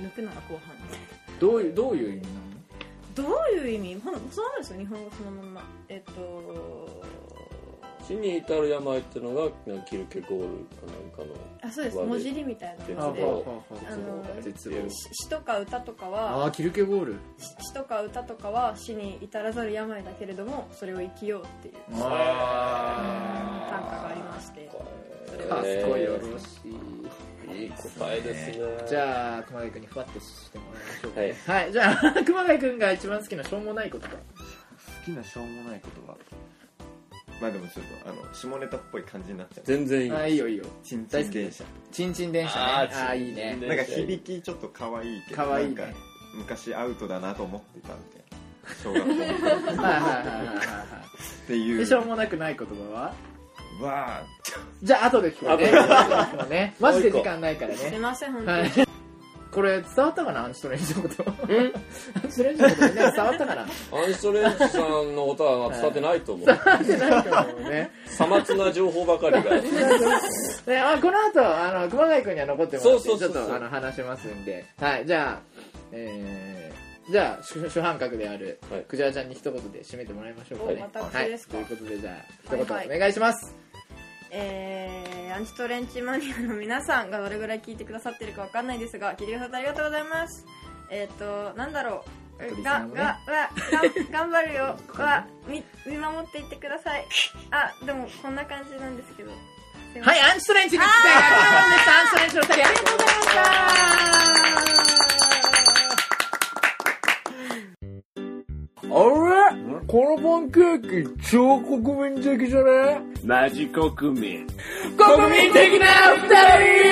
Speaker 3: 抜くなら後半みたいな
Speaker 1: どういうどういう意味なの
Speaker 3: どういう意味ほんそのままですよ日本語そのままえっと
Speaker 2: 死に至る病ってのがなんかキルケゴールかなんかの
Speaker 3: あそうです
Speaker 2: 悪い
Speaker 3: 文字りみたいな
Speaker 2: あ
Speaker 1: あ
Speaker 3: やつ
Speaker 2: は
Speaker 3: で
Speaker 2: は
Speaker 1: あ
Speaker 3: あの
Speaker 1: 絶
Speaker 2: 望
Speaker 3: し詩とか歌とかは
Speaker 1: あーキルケゴール
Speaker 3: 詩詩とか歌とかは死に至らざる病だけれどもそれを生きようっていう短歌
Speaker 1: あ
Speaker 3: がありまして
Speaker 1: ーかっこよろしい
Speaker 2: いい答えです ね
Speaker 1: じゃあ熊谷君にふわっとしてもらいましょうか
Speaker 2: はい
Speaker 1: はい、じゃあ 熊谷君が一番好きなしょうもないことか
Speaker 4: 好きなしょうもないことはまあでもちょっとあの下ネタっぽい感じになっちゃう
Speaker 2: 全然いい
Speaker 1: あーいいよいいよ
Speaker 4: ちんち
Speaker 1: 大
Speaker 4: ん
Speaker 1: 好き
Speaker 4: 電車
Speaker 1: ちんちん電車ね
Speaker 2: あ
Speaker 1: あ
Speaker 2: ー
Speaker 1: あーいい
Speaker 2: チン
Speaker 1: ね
Speaker 2: チン
Speaker 4: なんか響きちょっと可愛いけど
Speaker 1: 可愛いね
Speaker 4: なんか昔アウトだなと思ってたみたいな小学
Speaker 1: はいはいは
Speaker 4: 校の時
Speaker 1: いはいは
Speaker 4: って
Speaker 1: い
Speaker 4: い
Speaker 1: で
Speaker 4: う
Speaker 1: しょうもなくない言葉は
Speaker 4: わあ
Speaker 1: じゃあ後で聞こうね後で聞こうねマジで時間ないから
Speaker 3: すい
Speaker 1: ね
Speaker 3: ません本当に、
Speaker 1: はいこれ伝わったかなアンチトレンジのこと アンチトレンジのことみんなに伝わったか な
Speaker 2: アンストレンジさんのことは伝わってないと思う
Speaker 1: なんかもうね
Speaker 2: さまつな情報ばかり
Speaker 1: ね、
Speaker 2: が
Speaker 1: あこの後あの熊谷君には残ってもらって
Speaker 2: そうそうそうそう
Speaker 1: ちょっとあの話しますんではいじゃあえー、じゃあ主主犯格である、
Speaker 2: はい
Speaker 1: クジラちゃんに一言で締めてもらいましょうかね
Speaker 3: お私
Speaker 1: はい
Speaker 3: ですか
Speaker 1: ということでじゃあ一
Speaker 3: はいは
Speaker 1: 言
Speaker 3: い
Speaker 1: お願いします、
Speaker 3: えー、アンチトレンチマニアの皆さんがどれぐらい聞いてくださってるかわかんないですが聞いてくださってありがとうございますえっ、となんだろ
Speaker 1: あと
Speaker 3: う
Speaker 1: リスナ
Speaker 3: が
Speaker 1: ーもね
Speaker 3: がわが頑張るよわみ見守っていってくださいあでもこんな感じなんですけどすま
Speaker 1: は
Speaker 3: せ
Speaker 1: い
Speaker 3: ん
Speaker 1: アンチトレンチに来てアンチトレンチのお二人ありがとうございましたあれこのパンケーキ超国民的じゃね
Speaker 6: マジ国民
Speaker 1: 国民的な二人